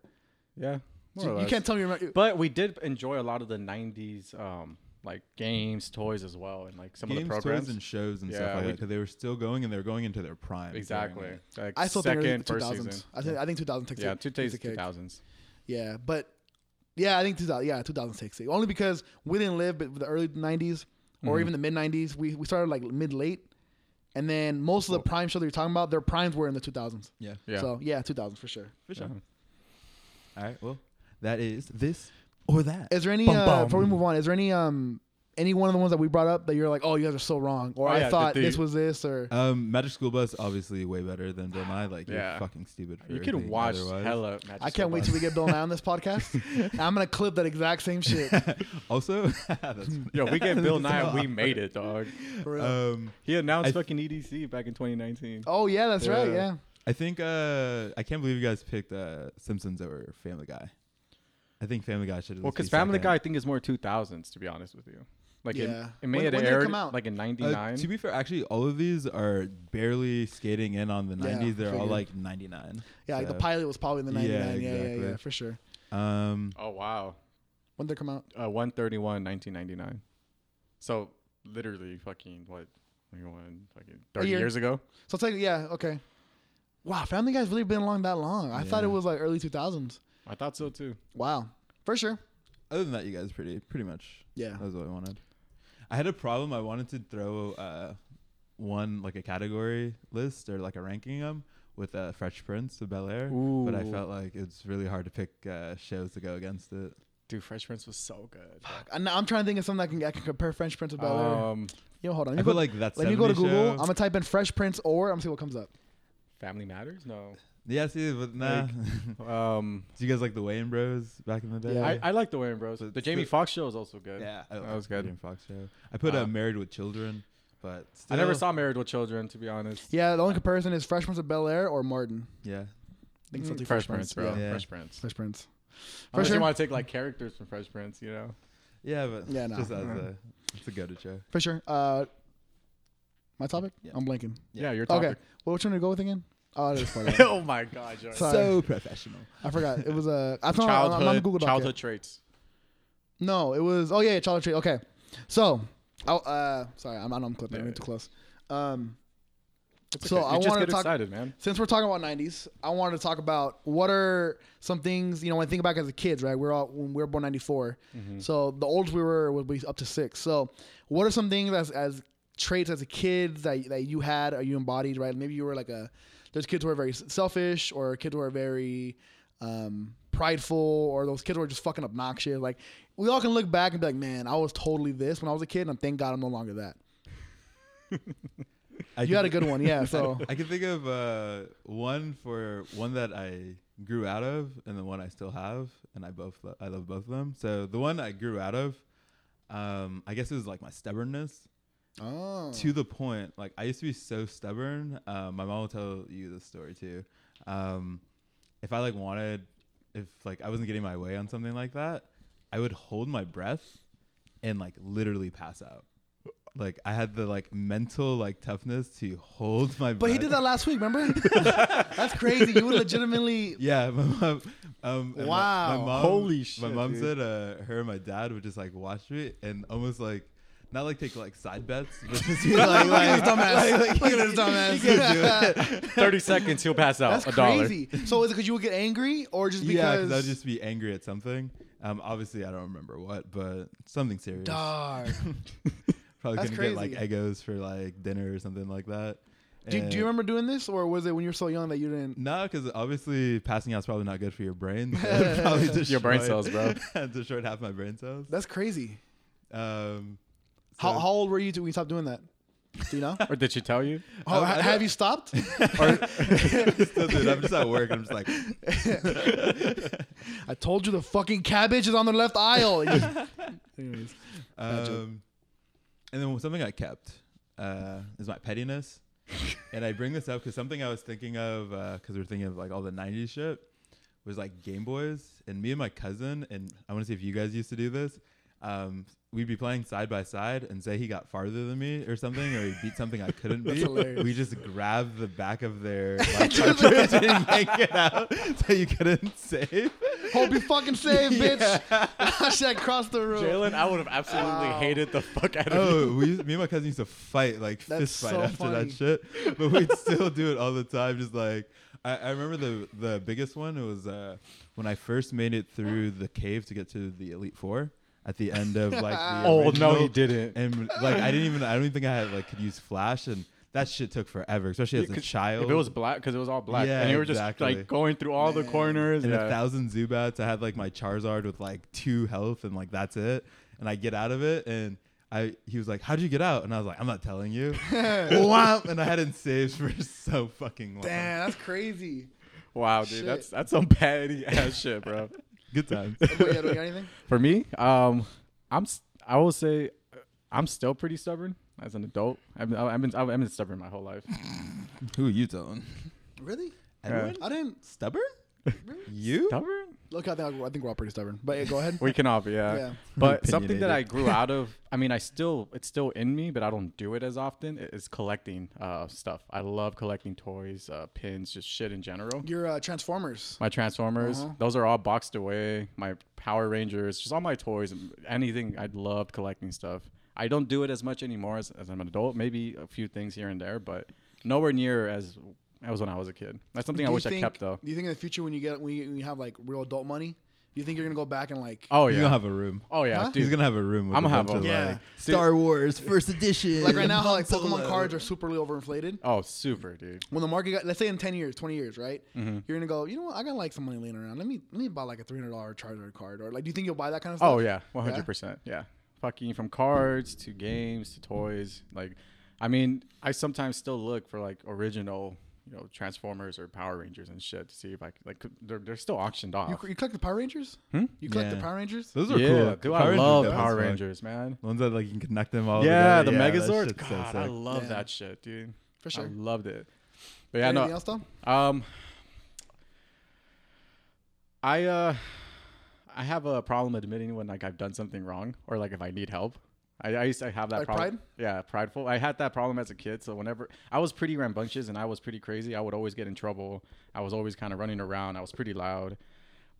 yeah, more So or you less. can't tell me. you Remember, But we did enjoy a lot of the '90s, um, like games, toys as well, and like some of the Games, programs. toys, and shows and Yeah, stuff like we- that, because they were still going and they were going into their prime. during exactly. it. Like I still second, think early first 2000s. season. I think I think 2000 takes Yeah, it. two takes days, the two cake. thousands. Yeah, but yeah, I think 2000. Yeah, 2000 takes it. Only because we didn't live but the early 90s or Mm-hmm. even the mid 90s. We we started like mid late, and then most of the prime shows that you're talking about, their primes were in the 2000s. Yeah. Yeah. So yeah, 2000s for sure. For sure. All right, well, that is this or that. Is there any Bum, uh, bum. before we move on? Is there any um any one of the ones that we brought up that you're like, oh, you guys are so wrong, or Oh, I yeah, the- thought the- this was this, or Um, Magic School Bus obviously way better than Bill Nye. Like Yeah. you're fucking stupid. For you could thinking watch otherwise. hella. Magic I School can't wait Bus. till we get Bill Nye on this podcast. I'm gonna clip that exact <laughs> same shit. Also, <laughs> that's funny. <laughs> <laughs> Yo, we <laughs> get Bill It's Nye. We awkward. made it, dog. For real. Um, He announced I- fucking EDC back in 2019. oh yeah, that's right. yeah. Yeah. I think uh, I can't believe you guys picked uh, Simpsons over Family Guy. I think Family Guy should. at well, least be because Family second. Guy, I think, is more 2000s. To be honest with you, like Yeah. it, it may When- have when did it aired come out? like in Uh, '99. <laughs> to be fair, actually, all of these are barely skating in on the Yeah, 90s. They're all figured. like 99. Yeah, like the So, pilot was probably in the Yeah, 99. Yeah, yeah, exactly. yeah, for sure. Um, oh wow, When did they come out? uh, 131, 1999. So literally, fucking what? 21, fucking 30 year. years ago. So it's like, yeah, okay. Wow, Family Guy's really been along that long. I thought it Yeah. was like early 2000s. I thought so too. Wow, for sure. other than that, you guys pretty pretty much. Yeah. That was what I wanted. I had a problem. I wanted to throw uh, one like a category list or like a ranking them with uh, Fresh Prince of Bel Air, but I Ooh. felt like it's really hard to pick uh, shows to go against it. Dude, Fresh Prince was so good. And now I'm trying to think of something I can, I can compare French Prince with Bel Air. Um, Yo, hold on. I Let me, put go, like that. let me go to 70s Google. show. I'm gonna type in Fresh Prince or I'm gonna see what comes up. <laughs> Family Matters? No. Yeah, see, but <laughs> nah. Like- Um, Do you guys like the Wayne Bros back in the day? Yeah. I, I like the Wayne Bros. But the Jamie still- Foxx show is also good. yeah, I That like was the good. Jamie Foxx show. I put uh, Uh, Married with Children, but I never still- saw Married with Children, to be honest. Yeah, the only comparison is Fresh Prince of Bel Air or Martin. Yeah, I think it's Mm, only Fresh Prince, bro. Yeah. Yeah. Fresh Prince. Fresh Prince. Unless sure. you want to take like characters from Fresh Prince, you know. yeah, but Yeah, nah. just as Mm. a it's a go-to show. For sure. Uh, my topic? Yeah. I'm blanking. Yeah. Yeah, your Okay. topic. Well, which one to go with again? Oh, that <laughs> is funny. oh my God, Jordan. Sorry. professional. I forgot. It was a. <laughs> I found I'm- I'm on the childhood, Google Doc yet. childhood traits. No, it was. Oh yeah, yeah, Charlie Tree. Okay, so, I, uh, sorry, I'm I'm clipping. I'm Yeah. too close. Um, It's So okay. I You just wanna get talk- excited, <laughs> man. since we're talking about '90s, I wanted to talk about what are some things you know when I think back as a kid, right? We're all when we were born '94, so the oldest we were would be up to six. So, what are some things as as traits as a kid that that you had or you embodied, right? Maybe you were like a there's kids who are very selfish or kids who are very um, prideful or those kids who are just fucking obnoxious. Like we all can look back and be like, man, I was totally this when I was a kid, and thank God I'm no longer that. I You had a good one, yeah. So I can think of uh, one for one that I grew out of, and the one I still have, and I both lo- I love both of them. So the one I grew out of, um, I guess it was like my stubbornness oh. to the point. Like I used to be so stubborn. Uh, my mom will tell you this story too. Um, if I like wanted, if like I wasn't getting my way on something like that, I would hold my breath and like literally pass out. Like I had the like mental like toughness to hold my. But he did that last week, remember? <laughs> That's crazy. You would legitimately. Yeah, <laughs> my mom. Um, and my- My, Wow. mom, Holy My shit, mom dude. said uh, her and my dad would just like watch it and almost like. Not like take like side bets, but just be like, <laughs> Look at like, this dumbass. <laughs> Look at this dumbass. <laughs> Thirty seconds, he'll pass out That's a dollar. crazy. So is it because you would get angry, or just yeah, because? because I'd just be angry at something. Um, obviously I don't remember what, but something serious. Dog. Probably that's couldn't get like crazy. egos for like dinner or something like that. do, do And- you remember doing this, or was it when you were so young that you didn't? No, because obviously passing out is probably not good for your <laughs> brain. <laughs> so it probably Your brain destroyed- cells, <laughs> bro. destroyed half my brain cells. That's crazy. Um, How, so- how old were you to- when you stopped doing that? <laughs> Do you know? Or did she tell <laughs> you? Oh, I- ha- I have don't- <laughs> you stopped? Still, dude, I'm just at work. I'm just like, I told you the fucking cabbage is on the left aisle. <laughs> You just- Anyways. um, and then something I kept uh, is my pettiness, and I bring this up because something I was thinking of because we're thinking of like all the '90s shit was like Game Boys, and me and my cousin, and I want to see if you guys used to do this. Um, we'd be playing side by side, and say he got farther than me or something, or he beat something I couldn't beat. hilarious. We just grabbed the back of their like, cartridge and yank it out, so you couldn't save. Hope you fucking save, bitch. <laughs> I should cross the room. <laughs> Jalen, I would have absolutely Wow. hated the fuck out of you. <laughs> <laughs> Oh, we used, me and my cousin used to fight like That's fist fight so after funny. that shit, but <laughs> we'd still do it all the time. Just like I, I remember the the biggest one was uh, when I first made it through the cave to get to the elite four at the end of like the <laughs> Oh no, original. he didn't. and like I didn't even I don't even think I had like could use flash and that shit took forever, especially as a 'Cause child. If it was black, because it was all black, Yeah, and you were just exactly. like going through all the corners. and yeah. a thousand Zubats. I had like my Charizard with like two health and like that's it. And I get out of it and I he was like, How'd you get out? And I was like, I'm not telling you. Whomp! <laughs> and I hadn't saved for so fucking long. Damn, that's crazy. wow, dude, Shit. that's that's some <laughs> petty ass shit, bro. Good <laughs> times. Wait, yeah, do we <laughs> got anything? For me, um, I'm s- I will say, uh, I'm still pretty stubborn as an adult. I've, been- I've been I've been stubborn my whole life. Who are you telling? Really? Everyone? I didn't. Stubborn? You? <laughs> Stubborn? Look, I think, I think we're all pretty stubborn. But yeah, go ahead. We can all be, yeah. Yeah. But something that I Opinionated. grew out of, I mean, I still, it's still in me, but I don't do it as often, i- is collecting uh, stuff. I love collecting toys, uh, pins, just shit in general. Your uh, Transformers. My Transformers, Uh-huh. those are all boxed away. My Power Rangers, just all my toys, and anything. I loved collecting stuff. I don't do it as much anymore as, as I'm an adult. Maybe a few things here and there, but nowhere near as as when I was a kid. That's something I Do you wish think- I kept though. Do you think in the future when you get when you, when you have like real adult money, do you think you're gonna go back and like Oh You're gonna yeah, have a room. oh yeah, Huh? dude. He's gonna have a room with I'ma a have bunch of one. Yeah. like Dude. Star Wars first edition. <laughs> like right now how like Han Solo. Pokemon cards are superly overinflated? oh super, dude. When the market got, let's say in ten years, twenty years, right? Mm-hmm. You're gonna go. You know what? I got like some money laying around. Let me let me buy like a three hundred dollar Charizard card, or like, do you think you'll buy that kind of stuff? Oh yeah, one hundred percent. Yeah, fucking from cards to games to toys. Like, I mean, I sometimes still look for like original, you know Transformers or Power Rangers and shit to see if I could, like they're they're still auctioned off. You, you collect the Power Rangers? Hmm? You collect Yeah. the Power Rangers? Those yeah, are cool. Power dude, I Rangers love dope as Power fuck. Rangers, man. The ones that like you can connect them all. yeah, the together. that Megazord. shit's so God, I sick. love Yeah. that shit, dude. For sure. I loved it. But yeah, Anything no. else, Tom? Um, I uh, I have a problem admitting when like I've done something wrong or like if I need help. I, I used to have that Like problem. pride? Yeah, prideful. I had that problem as a kid. So whenever I was pretty rambunctious and I was pretty crazy, I would always get in trouble. I was always kind of running around. I was pretty loud.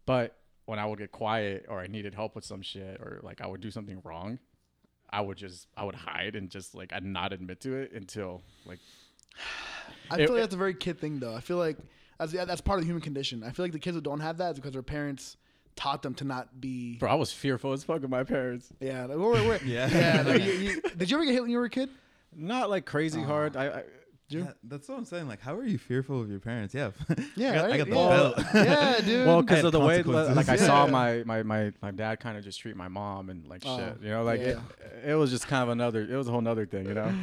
But when I would get quiet or I needed help with some shit or like I would do something wrong, I would just I would hide and just like I'd not admit to it until like I It- feel like that's a very kid thing, though. I feel like that's, yeah, that's part of the human condition. I feel like the kids who don't have that is because their parents taught them to not be. bro, I was fearful as fuck of my parents. Yeah. Like, wait, wait, wait. <laughs> Yeah. yeah like, you- you- did you ever get hit when you were a kid? Not like crazy hard. I, I Yeah, that's what I'm saying. Like, how are you fearful of your parents? Yeah. <laughs> Yeah. I got, I right? got the Well, belt. <laughs> yeah, dude. <laughs> well, I because had of the way, li- consequences. like I saw Yeah. my my my my dad kind of just treat my mom and like Oh, shit, you know, like it, it was just kind of another, it was a whole nother thing, you <laughs> know.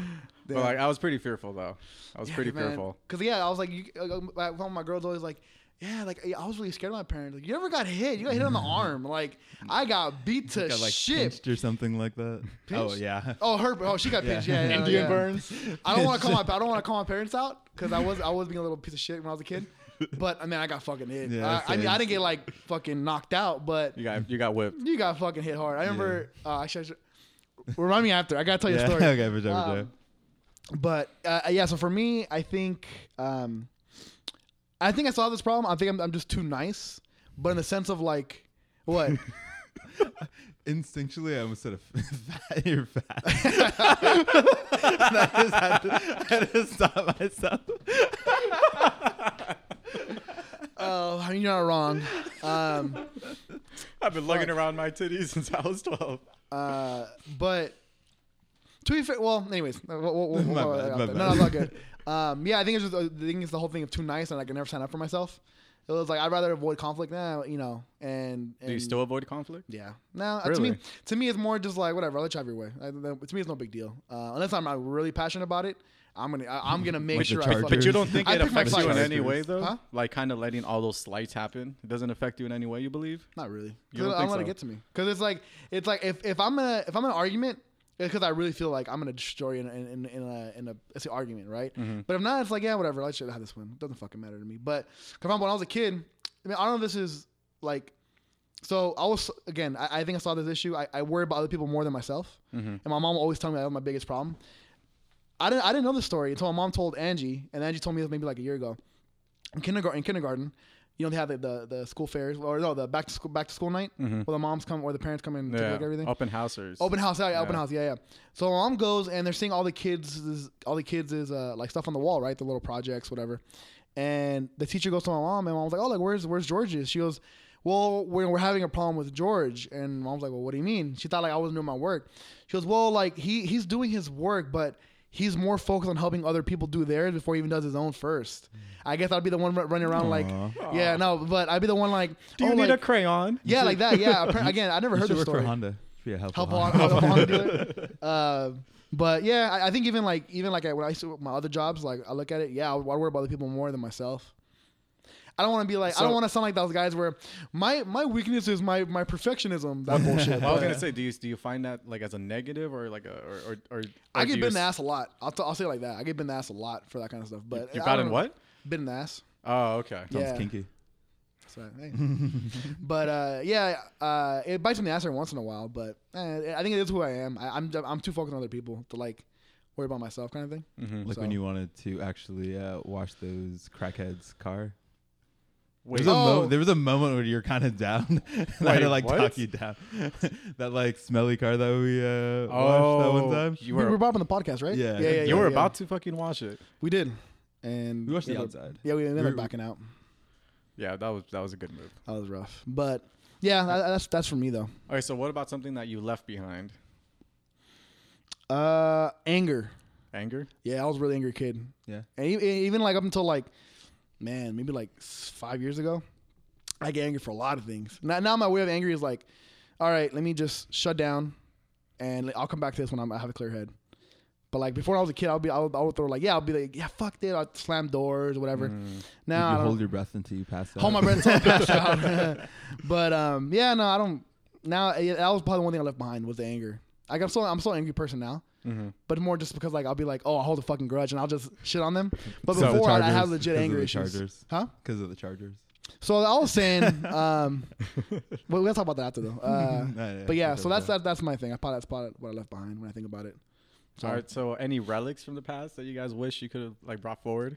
But Yeah. like I was pretty fearful though. I was pretty fearful. Because yeah, I was like, you, uh, my- one of my girls always like, yeah, like I was really scared of my parents. Like, you never got hit. You got hit <laughs> on the arm. Like, I got beat to got like shit. pinched or something like that. Oh Pinched? yeah. Oh, her. Oh, she got Yeah. pinched. <laughs> Yeah, yeah, Indian yeah. burns. I don't want to call my. I don't want to call my parents out because I was I was being a little piece of shit when I was a kid. But I mean, I got fucking hit. Yeah, I, I mean, I same. didn't get like fucking knocked out, but You got you got whipped. you got fucking hit hard. I remember. Uh, I should, remind me after. I gotta tell you a <laughs> yeah. story. okay, for sure, for sure. Um, but uh, yeah, so for me, I think um, I think I solved this problem. I think I'm, I'm just too nice, but in the sense of like <laughs> what? Instinctually, I almost said, a <laughs> fat, "You're fat." <laughs> And I, just had to, I had to stop myself. Oh, I mean you're not wrong. Um, I've been lugging around my titties since I was <laughs> twelve. uh, but to be fair, well, anyways, uh, we'll- we'll- we'll- <laughs> My we'll- bad, my no, bad. no, it's <laughs> all good. Um, yeah, I think it's just uh, the thing is the whole thing of too nice, and I can never sign up for myself. It was like I'd rather avoid conflict now, you know, and, and Do you still avoid conflict? Yeah. No, uh, to me, Really? to me, it's more just like whatever. I'll let you have your way. I, that- to me, it's no big deal. Uh, unless I'm not really passionate about it, I'm gonna I, I'm gonna make Like the sure. I Chargers. fucking- But you don't think I it pick my affects you in fights. any way though? Huh? Like kind of letting all those slights happen. It doesn't affect you in any way. You believe? Not really. 'Cause You don't I think don't let it so? get to me. Cause it's like it's like if, if I'm in a if I'm in an argument, it's because I really feel like I'm gonna destroy you in in, in, in a in a it's an argument, right? Mm-hmm. But if not, it's like yeah, whatever. I should have this one. It doesn't fucking matter to me. But 'cause when I was a kid, I mean, I don't know if this is like. So I was again. I, I think I saw this issue. I, I worry about other people more than myself, Mm-hmm. and my mom always told me that was my biggest problem. I didn't I didn't know the story until my mom told Angie, and Angie told me this maybe like a year ago. In kindergarten, in kindergarten, you know they have the, the, the school fairs or no the back to school back to school night where the moms come or the parents come and take a look at everything. Open housers. Open house, yeah, yeah, open Yeah. house, yeah, yeah. So my mom goes and they're seeing all the kids, is, all the kids is uh, like stuff on the wall, right? The little projects, whatever. And the teacher goes to my mom, and my mom's like, "Oh, like where's where's George's?" She goes, "Well, we're, we're having a problem with George." And mom's like, "Well, what do you mean?" She thought like I wasn't doing my work. She goes, "Well, like he he's doing his work, but." He's more focused on helping other people do theirs before he even does his own first. I guess I'd be the one run- running around like, yeah, no, but I'd be the one like, Do you oh, need like, a crayon? <laughs> yeah, like that, <laughs> yeah. Appar- Again, I never You heard should work this story. for Honda. Should Be a helpful Helpful Honda. Honda, helpful Honda dealer. <laughs> Uh, but yeah, I, I think even like even like I, when I used to my other jobs, like I look at it, yeah, I, would- I worry about other people more than myself. I don't want to be like I don't So- want to sound like those guys where my my weakness is my my perfectionism. That bullshit. Well, I was But <laughs> gonna say, do you do you find that like as a negative or like a or or, or I or get do you bit in the s- ass a lot. I'll, t- I'll say it like that. I get bit in the ass a lot for that kind of stuff. You've But I don't gotten know. what? Bit in the ass. Oh, okay. <laughs> Yeah. Sounds kinky. So, <laughs> hey. but uh, yeah, uh, it bites me in the ass every once in a while. But eh, I think it is who I am. I, I'm I'm too focused on other people to like worry about myself, kind of thing. Mm-hmm. Like So- when you wanted to actually uh, wash those crackheads' car. Wait, There was, a Oh. mo- there was a moment where you're kind of down. <laughs> and I had Wait, to like what? talk you down. <laughs> that like smelly car that we uh, washed Oh. that one time. Oh. You We <laughs> were, were brought up on the podcast, right? Yeah. yeah, yeah you were yeah. about to fucking wash it. We did, and we watched the ended up- outside. Yeah, we ended We up were- backing out. Yeah, that was that was a good move. That was rough, but yeah, that, that's that's for me though. All right, so what about something that you left behind? Uh, anger. Anger? Yeah, I was a really angry kid. Yeah. and e- e- even like up until like, man, maybe like s- five years ago, I get angry for a lot of things. Now, now my way of angry is like, all right, let me just shut down, and I'll come back to this when I'm, I have a clear head. But like before I was a kid, I'll be I would, I would throw like yeah I'll be like yeah fuck it I'll slam doors or whatever. Mm-hmm. Now I Mm-hmm. you don't hold your breath until you pass out. hold my breath until I pass out. <laughs> but um yeah no I don't now yeah, that was probably one thing I left behind was the anger. Like I'm so I'm so angry person now. Mm-hmm. But more just because like I'll be like oh I hold a fucking grudge and I'll just shit on them. But So the before I I have Chargers, legit because of anger the issues. Chargers. Huh? because of the Chargers. So I <laughs> was saying, um, well, we'll talk about that after though. Uh, <laughs> Yeah, yeah, but yeah, okay, so that's okay. that, that's my thing. I probably that's probably what I left behind when I think about it. All right. So, any relics from the past that you guys wish you could have like brought forward?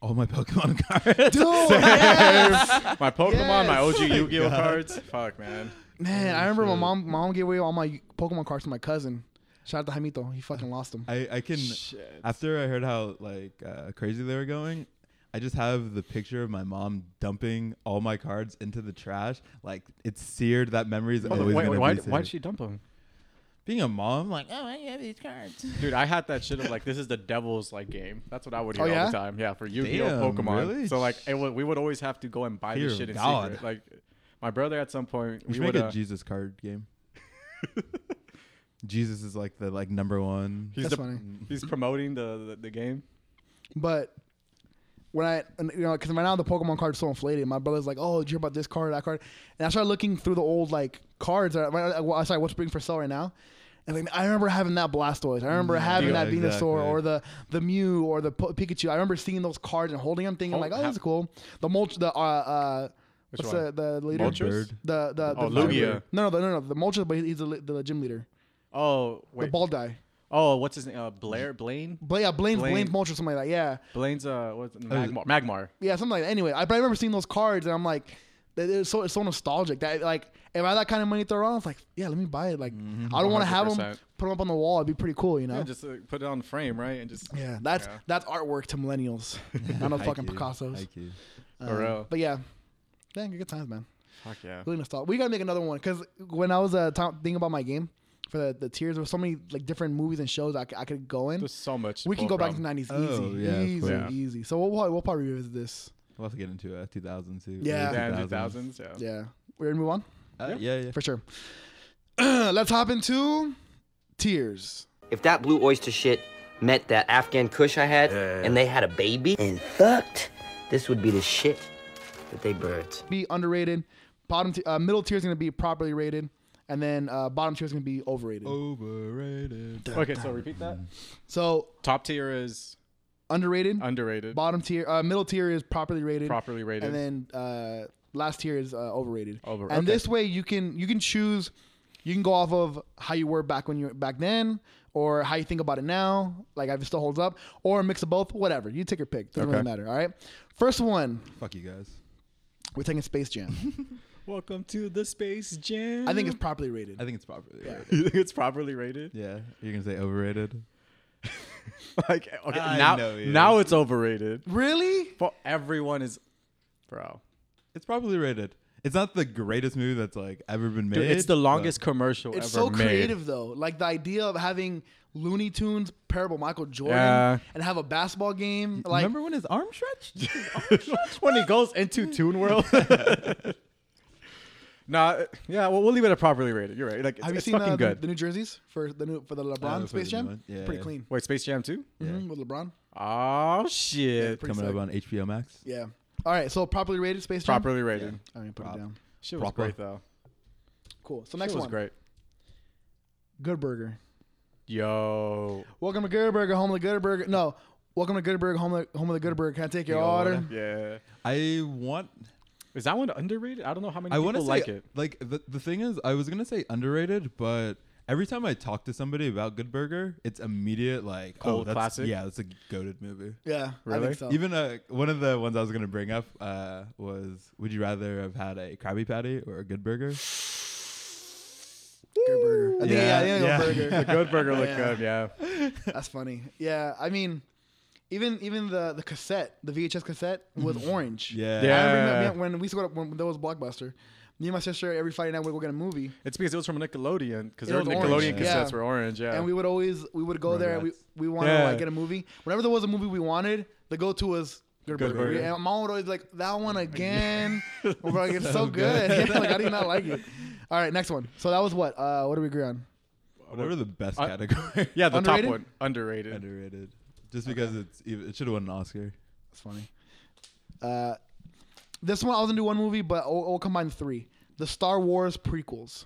All my Pokemon <laughs> cards. <laughs> Dude, <laughs> yes! My Pokemon, my Yes. OG Yu-Gi-Oh cards. Fuck, man. man, I remember my mom my mom gave away all my Pokemon cards to my cousin. Shout out to Jaimito, he fucking lost them. I, I can Shit. after I heard how like uh, crazy they were going, I just have the picture of my mom dumping all my cards into the trash. Like it's seared. That memory is Wait, always wait, gonna why, be seared. why'd she dump them? Being a mom, like oh, I have these <laughs> cards. Dude, I had that shit of like this is the devil's like game. That's what I would hear Oh, all yeah? the time. Yeah, for Yu-Gi-Oh Damn, Pokemon. really? So like it would, we would always have to go and buy Dear this shit in God. secret. Like my brother at some point We we should would make a uh, Jesus card <laughs> game. Jesus is like the like number one. he's, That's the- funny. he's promoting the, the the game. But when I and, you know because right now the Pokemon card is so inflated, my brother's like, oh, did you hear about this card, that card? And I started looking through the old like cards. That, right, well, sorry, what's being for sale right now? And like, I remember having that Blastoise. I remember having Mm, Yeah, that Venusaur exactly. or the the Mew or the po- Pikachu. I remember seeing those cards and holding them, thinking Oh, like, oh, ha- that's cool. The mulch, the uh, uh Which what's one? the the leader? Your Moltres? bird. The the, the Oh, the- Lugia. No, no, no, no, no. The Moltres, but he's the, li- the gym leader. Oh The wait. bald guy. Oh, what's his name? Uh, Blair Blaine. But yeah, Blaine's Blaine. Blaine's Moltres, something like that. Yeah. Blaine's uh, what's is Magmar? Magmar. yeah, something like that. Anyway, I, but I remember seeing those cards, and I'm like, that- it's so it's so nostalgic that like if I had that kind of money to throw around, it's like, yeah, let me buy it. Like, Mm-hmm. I don't want to have them, 100%. put them up on the wall. It'd be pretty cool, you know. Yeah, Yeah, just uh, put it on frame, right? And just that's Yeah. that's artwork <laughs> to millennials, not no fucking Haiku, Picasso's. haiku. Um, For real. But yeah, dang, good times, man. fuck yeah. Really nostalgic. We gotta make another one because when I was uh, t- thinking about my game for the the tiers, there were so many like different movies and shows I, c- I could go in. There's so much. we can pull go back to from. the '90s, Oh, easy, yeah, of easy, course. easy. So we'll we'll, we'll probably revisit this. We'll have to get into uh, 2000 too. Yeah. Early Yeah, 2000s. 2000s. Yeah. Yeah, we're gonna move on. Uh, yeah, yeah. for sure. <clears throat> Let's hop into tears. If that blue oyster shit met that Afghan Kush I had and they had a baby and fucked, this would be the shit that they birds. Be underrated. Bottom t- uh, middle tier is gonna be properly rated, and then uh, bottom tier is gonna be overrated. Oh. Overrated. Okay, so repeat that. So Top tier is underrated, underrated, bottom tier, uh, middle tier is properly rated, properly rated. and then uh, last tier is uh, overrated. Over- and okay. this way you can you can choose, you can go off of how you were back when you were back then, or how you think about it now, like if it still holds up, or a mix of both. Whatever you take your pick, doesn't really Okay. matter. All right, first one Fuck you guys. we're taking Space Jam. Welcome to the Space Jam. I think it's properly rated. I think it's properly. Yeah. <laughs> you think it's properly rated. <laughs> yeah. You're gonna say overrated. Like okay, I now know it now it's overrated. really? For everyone is, bro. It's properly rated. It's not the greatest movie that's like ever been made. Dude, it's the but- longest commercial It's ever so made. creative though. Like the idea of having Looney Tunes parable Michael Jordan Yeah. and have a basketball game. Like Remember when his arm <laughs> stretched? <laughs> when he goes into Toon <laughs> World. nah, yeah, well, we'll leave it at properly rated. You're right. Like, it's, have you it's seen fucking uh, the, good. the New Jerseys for the new for the LeBron that's Space what they Jam? want. Yeah, pretty yeah. clean. Wait, Space Jam 2? Mhm, with LeBron. Oh, shit. pretty- Coming up sick. on HBO Max. Yeah. All right. So properly rated Space Jam. properly rated. All right. Put it down. Shit was Proper. great, though. Cool. So next Shit was one. great. Good Burger. Yo. Welcome to Good Burger, home of the Good Burger. No. Welcome to Good Burger, home of the, home of the Good Burger. Can I take your Your order. order? Yeah. I want. Is that one underrated? I don't know how many I want to people say like it. Like the the thing is, I was gonna say underrated, but every time I talk to somebody about Good Burger, it's immediate like oh Cult that's classic? yeah that's a goaded movie. Yeah. I Really? think so. Even uh, one of the ones I was gonna bring up uh, was, would you rather have had a Krabby Patty or a Good Burger? Good Burger. I think, yeah. I think Yeah, Good yeah. <laughs> Burger. <laughs> The good burger looked Yeah. good, yeah. That's funny. Yeah, I mean, even even the the cassette, the VHS cassette was orange. Yeah. I Mm-hmm. Yeah. remember when we used to go to, when there was Blockbuster. Me and my sister every Friday night we'd go get a movie, It's because it was from Nickelodeon, because It their was Nickelodeon orange. cassettes Yeah. were orange, yeah. and we would always we would go there and we Rugrats. we wanted to Yeah. like get a movie. Whenever there was a movie we wanted, the go to was. Good Good burger. Burger. And my mom would always like that one again. We're <laughs> like, it's so, So good. <laughs> good. like, I did not like it. All right, next one. So that was what? Uh, what do we agree on? What are the best I- <laughs> categories? Yeah, the Underrated? top one. Underrated. underrated. Just because it's even, it should have won an Oscar. That's funny. Uh, this one I was gonna do one movie, but I'll, I'll combine three: the Star Wars prequels,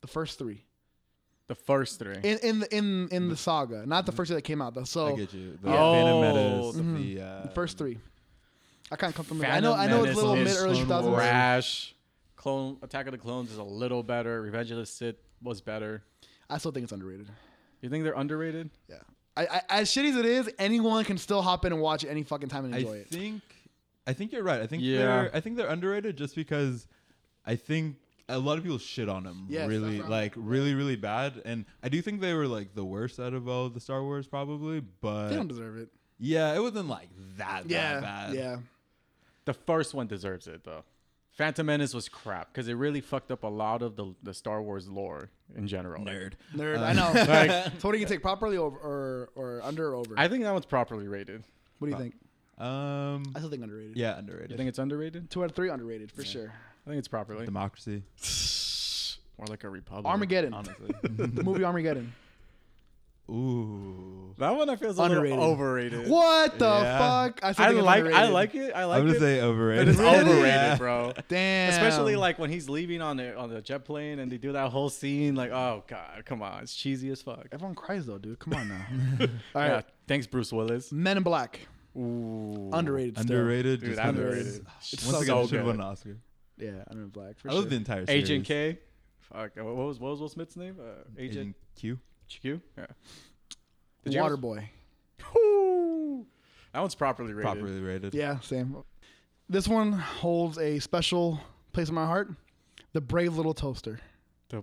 the first three The first three. in in the, in in the saga, not the first three that came out though. So I get you. The Yeah. Phantom Oh, Menace, mhm. the, uh, the first three, I can't come from. I know I know it's a little mid Menace early is two thousands. Trash. Clone Attack of the Clones is a little better. Revenge of the Sith was better. I still think it's underrated. You think they're underrated? Yeah, I, I, as shitty as it is, anyone can still hop in and watch it any fucking time and I enjoy it. think I think you're right. I think Yeah. they're I think they're underrated just because I think a lot of people shit on them Yes, really that's what I'm like really really bad and I do think they were like the worst out of all the Star Wars probably but They don't deserve it. yeah it wasn't like that Yeah, that bad yeah. The first one deserves it though. Phantom Menace was crap because it really fucked up a lot of the, the Star Wars lore in general. Like, nerd Nerd, <laughs> I know. like- so what do you take properly over, or or under or over? I think that one's properly rated. what do Uh, you think? um I still think underrated. yeah You underrated think it's underrated? Two out of three underrated for sure. I think it's properly. democracy More like a republic. Armageddon. honestly the movie Armageddon. ooh That one I feel is a Underrated. little overrated. What the Yeah. fuck? I, still I think it's like I underrated. like it. I like I'm gonna it. say but overrated it's Really? overrated, bro. Damn. Especially like when he's leaving on the on the jet plane and they do that whole scene, like, oh god, come on, it's cheesy as fuck. everyone cries though, dude. Come on now. All right. Yeah, thanks, Bruce Willis. Men in Black. Ooh, Underrated. Still. underrated Dude, just because- underrated. once so again good. should have won an Oscar Yeah, Men in Black for I sure. love the entire series. Agent K. Fuck, what was what was Will Smith's name? Uh, Agent Agent, Q HQ. Yeah. Did you ever- Waterboy. Ooh. That one's properly rated. properly rated Yeah, same. This one holds a special place in my heart. The Brave Little Toaster. The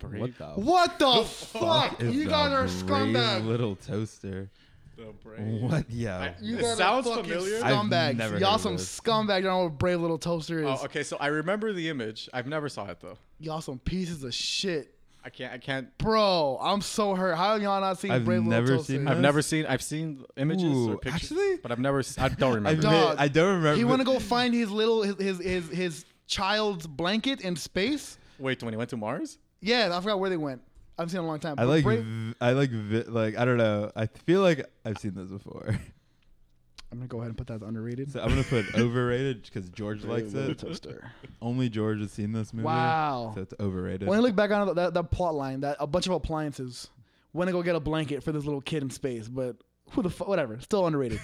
brave, what the What the fuck? is You the guys are brave scumbags. Little toaster. the brave. What? Yeah. You It guys sounds are fucking familiar. I've Scumbags. never heard Y'all of some this. scumbags. Y'all know what Brave Little Toaster is. Oh, okay. So I remember the image. I've never saw it though. Y'all some pieces of shit. I can't. I can't. Bro, I'm so hurt. How y'all not seen I've Brave never Little Toaster? seen I've Yes. never seen. I've seen images Ooh, or pictures, actually? but I've never. s- I <laughs> don't I, remember. admit, Dog. I don't remember. He want to go find his little his his his, his child's blanket in space. Wait, when he went to Mars? Yeah, I forgot where they went. I've seen it in a long time. I But like. Brave- v- I like. Vi- like. I don't know. I feel like I've seen this before. <laughs> I'm gonna go ahead and put that as underrated. So I'm gonna <laughs> put overrated because George Brave likes Little it. Toaster. Only George has seen this movie. Wow. So it's overrated. When I look back on that, that plot line, that a bunch of appliances went to go get a blanket for this little kid in space, but who the fuck? Whatever, <laughs> still underrated.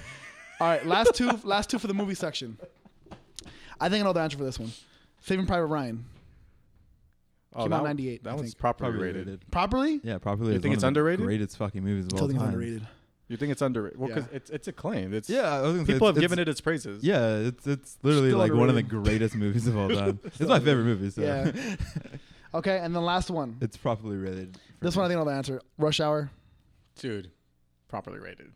All right, last two, last two for the movie section. I think I know the answer for this one. Saving Private Ryan. Oh, Came out that- 98, I That one's think. properly Probably rated. rated. Properly? Yeah, probably. You is think one it's of the underrated? Greatest fucking movies of Still all think it's time. underrated. You think it's underrated? Well, because Yeah. it's it's acclaimed. It's Yeah, I was gonna say People it's- have given it's- it its praises. Yeah, it's it's literally Still like one of the underrated. greatest movies of all time. it's my favorite movie. So Yeah. Okay, and then last one. <laughs> it's properly rated. for This me. one I think I know the answer. Rush Hour. dude, properly rated.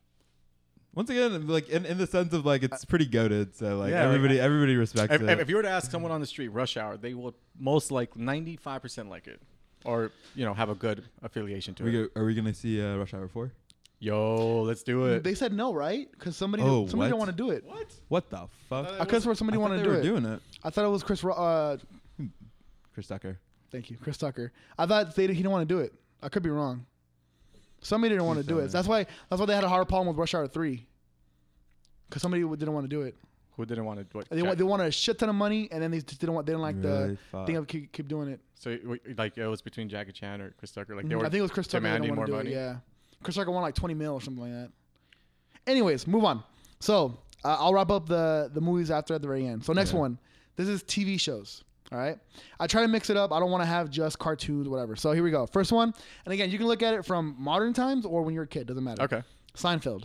Once again, like in, in the sense of like it's pretty goaded, so like Yeah, like, everybody everybody respects If, it. if you were to ask someone on the street, Rush Hour, they will most like ninety five percent like it, or you know have a good affiliation to we it. go, are we gonna see uh, Rush Hour four? Yo, let's do it. They said no, right? Because somebody Oh, somebody didn't what? want to do it. what? What the fuck? Uh, I could swear somebody I thought wanted they to do were it. doing it. I thought it was Chris. Ro- Uh, Chris Tucker. thank you, Chris Tucker. I thought they he didn't want to do it. I could be wrong. Somebody didn't want to Please do don't. it. That's why that's why they had a hard problem with Rush Hour three. Because somebody didn't want to do it. Who didn't want to? What, They wa- they wanted a shit ton of money, and then they just didn't want. They didn't like Really? the thing Fuck. of keep, keep doing it. so it- like it was between Jackie Chan or Chris Tucker. Like they Mm, I were think it was Chris Tucker that demanding didn't want to do more it. money. Yeah, Chris Tucker won like twenty mil or something like that. Anyways, move on. So uh, I'll wrap up the the movies after at the very end. So next one, this is TV shows. All right, I try to mix it up. I don't want to have just cartoons, whatever. So here we go. First one, and again, you can look at it from modern times or when you're a kid. Doesn't matter. Okay. Seinfeld.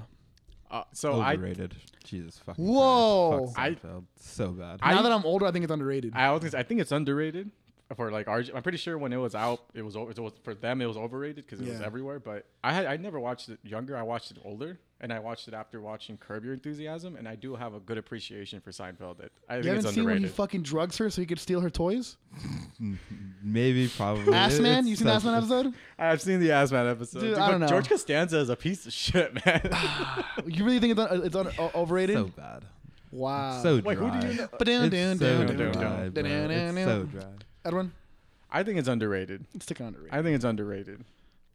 Uh, so I Overrated. Jesus fucking. Christ. Whoa. Fuck I- Seinfeld. so bad. I- now that I'm older, I think it's underrated. I was gonna say, I think it's underrated for like RG. I'm pretty sure when it was out, it was, over, it was for them it was overrated because it was Yeah. everywhere. But I had I never watched it younger. I watched it older, and I watched it after watching Curb Your Enthusiasm, and I do have a good appreciation for Seinfeld. That I you think haven't it's seen when he underrated. fucking drugs her so he could steal her toys. Maybe probably. Ass It- Man, it's you seen the Ass such- Man <laughs> episode? I've seen the Ass Man episode. Dude, Dude, I but don't know. George Costanza is a piece of shit, <laughs> man. You really think it's, un- it's un- o- overrated? So bad. wow. So Wait, who dry. do you know? Ba-dun, dun, It's so dun, dun, dry, dun, bro. dun, dun, It's dun. so dry. Edwin, I think it's underrated. it's sticking underrated. I think it's underrated.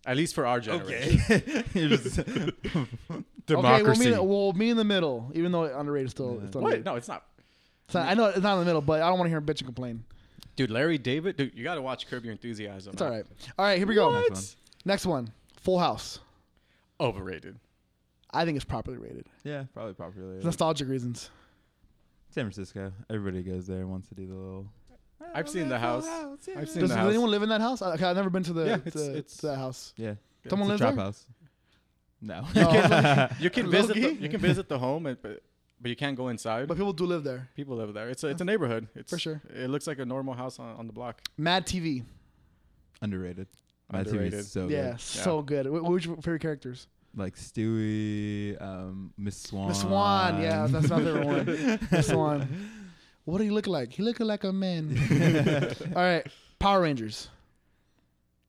At least for our generation. <laughs> Okay. <laughs> You're just- <laughs> Okay, democracy. we'll meet, we'll meet in the middle, even though underrated is still. It's still What? underrated. No, it's not. So I know it's not in the middle, but I don't want to hear him bitch and complain. Dude, Larry David, dude, you got to watch Curb Your Enthusiasm. It's all right. All right, here we go. Next Next one Full House. Overrated. I think it's properly rated. yeah, probably popular. San Nostalgic reasons. Francisco. Everybody goes there and wants to do the little. I've seen the house. I've seen Does, the does house. anyone live in that house? Okay, I've never been to the Yeah, to, it's- it's- to that house. Yeah. Someone it's lives a trap there? house. No. <laughs> No, you <laughs> can Low visit. The, key? you can visit the home, and, but but you can't go inside. but people do live there People live there. It's a it's a neighborhood. It's For sure. It looks like a normal house on, on the block. Mad TV. <laughs> Underrated. My TV Underrated. is so yeah, good. so good. What, what was your favorite characters? Like Stewie, um, Miss Swan. Miss Swan. <laughs> Yeah, that's my favorite one. Miss Swan. What do he look like? He look like <laughs> a man. All right, Power Rangers.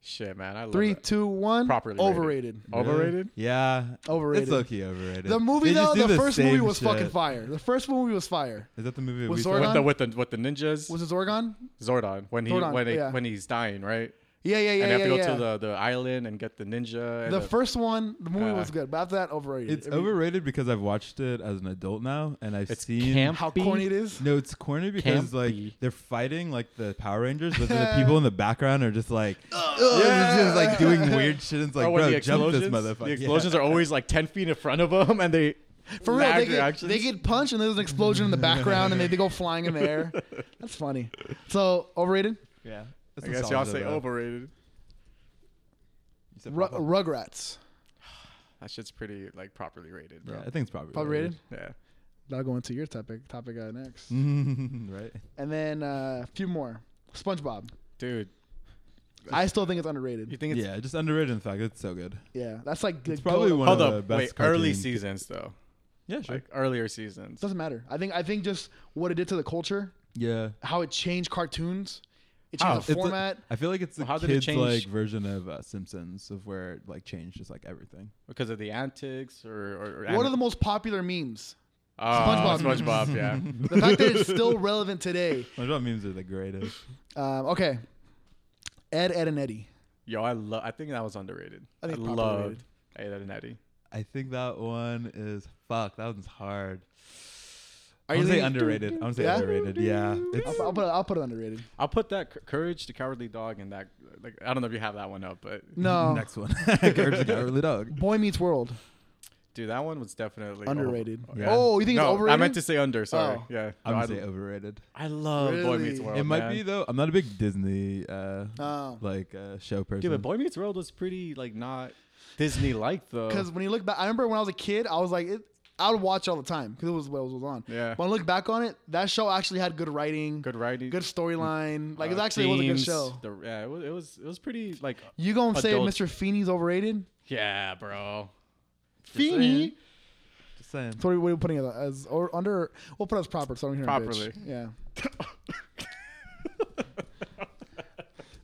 Shit, man. I love Three, it. two, one. Properly rated. overrated. Really? Overrated. Yeah. Overrated. It's low key overrated. The movie They just though, do the, first movie same was fucking shit. fire. The first movie was fire. Is that the movie Was we Zorgon? saw? With the with the with the ninjas. Was it Zorgon? Zordon when he Zordon, when he, yeah. when he's dying, right? Yeah, yeah, and yeah, they yeah. have to go yeah. to the, the island and get the ninja. And the first one, the movie Uh, was good, but after that, overrated. It's I mean, overrated because I've watched it as an adult now, and I've it's seen camp. How corny it is. No, it's corny because Campy. like they're fighting like the Power Rangers, but then <laughs> the people in the background are just like, Uh, "Ugh," Yeah. just, like doing <laughs> weird shit. And it's like, Or when bro, oh, the jump explosions, this motherfucker. the explosions are always like ten feet in front of them, and they For real, lag they get, reactions. they get punched and there's an explosion in the background and they, they go flying in the <laughs> air. That's funny. So overrated. yeah. That's I guess y'all say overrated. Ru- Rugrats. That shit's pretty like properly rated, bro. Yeah, I think it's probably Probably rated. Yeah. Now go into your topic. Topic uh, next, Mm-hmm. rated. <laughs> right? and then uh, a few more. SpongeBob. Dude, I still think it's you underrated. think <laughs> it's yeah, just underrated. In fact, it's so good. Yeah, that's like the It's probably go- one hold of the up, best. wait, early cartoons. seasons though. Yeah, sure. Like earlier seasons. Doesn't matter. I think I think just what it did to the culture, yeah. how it changed cartoons, it changed How? the It's a- format. I feel like it's the How did it kids like change- version of uh, Simpsons of where it like changed just like everything. because of the antics or, or, or what are the most popular memes? Ah, SpongeBob. SpongeBob, yeah. <laughs> The fact that <laughs> it's still relevant today. SpongeBob memes are the greatest. Um, okay, Ed, Ed, and Eddie. Yo, I love. I think that was underrated. I I, think it's properly loved Ed, Ed and Eddie. I think that one is fuck. That one's hard. you I'm gonna say thinking- underrated. I'm gonna say Yeah? underrated. Yeah, I'll, it's I'll put it, I'll put it underrated. I'll put that Cour- Courage the Cowardly Dog and that. Like, I don't know if you have that one up, but <laughs> No, next one. <laughs> Courage the Cowardly Dog. Boy Meets World. dude, that one was definitely over- Underrated. Yeah. Oh, you think No, it's overrated? I meant to say under. Sorry. Oh. Yeah. I'm No, gonna I, say overrated. I love Boy Meets Really? World. it might man. be though. I'm not a big Disney uh, Oh. like uh, show person. Hmm. Dude, but Boy Meets World was pretty like not Disney like though. Because when you look back, I remember when I was a kid, I was like, it, I would watch all the time because it was what was on. Yeah. But when I look back on it, that show actually had good writing, good writing, good storyline. Like it uh, actually was a good themes, show. The, yeah, it was, it was it was pretty like You gonna say adult- Mr. Feeney's overrated? yeah, bro. Feeney. Just saying. So what are we- what are we putting it as or under? We'll put it as proper. So I don't hear a bitch. Properly. Yeah.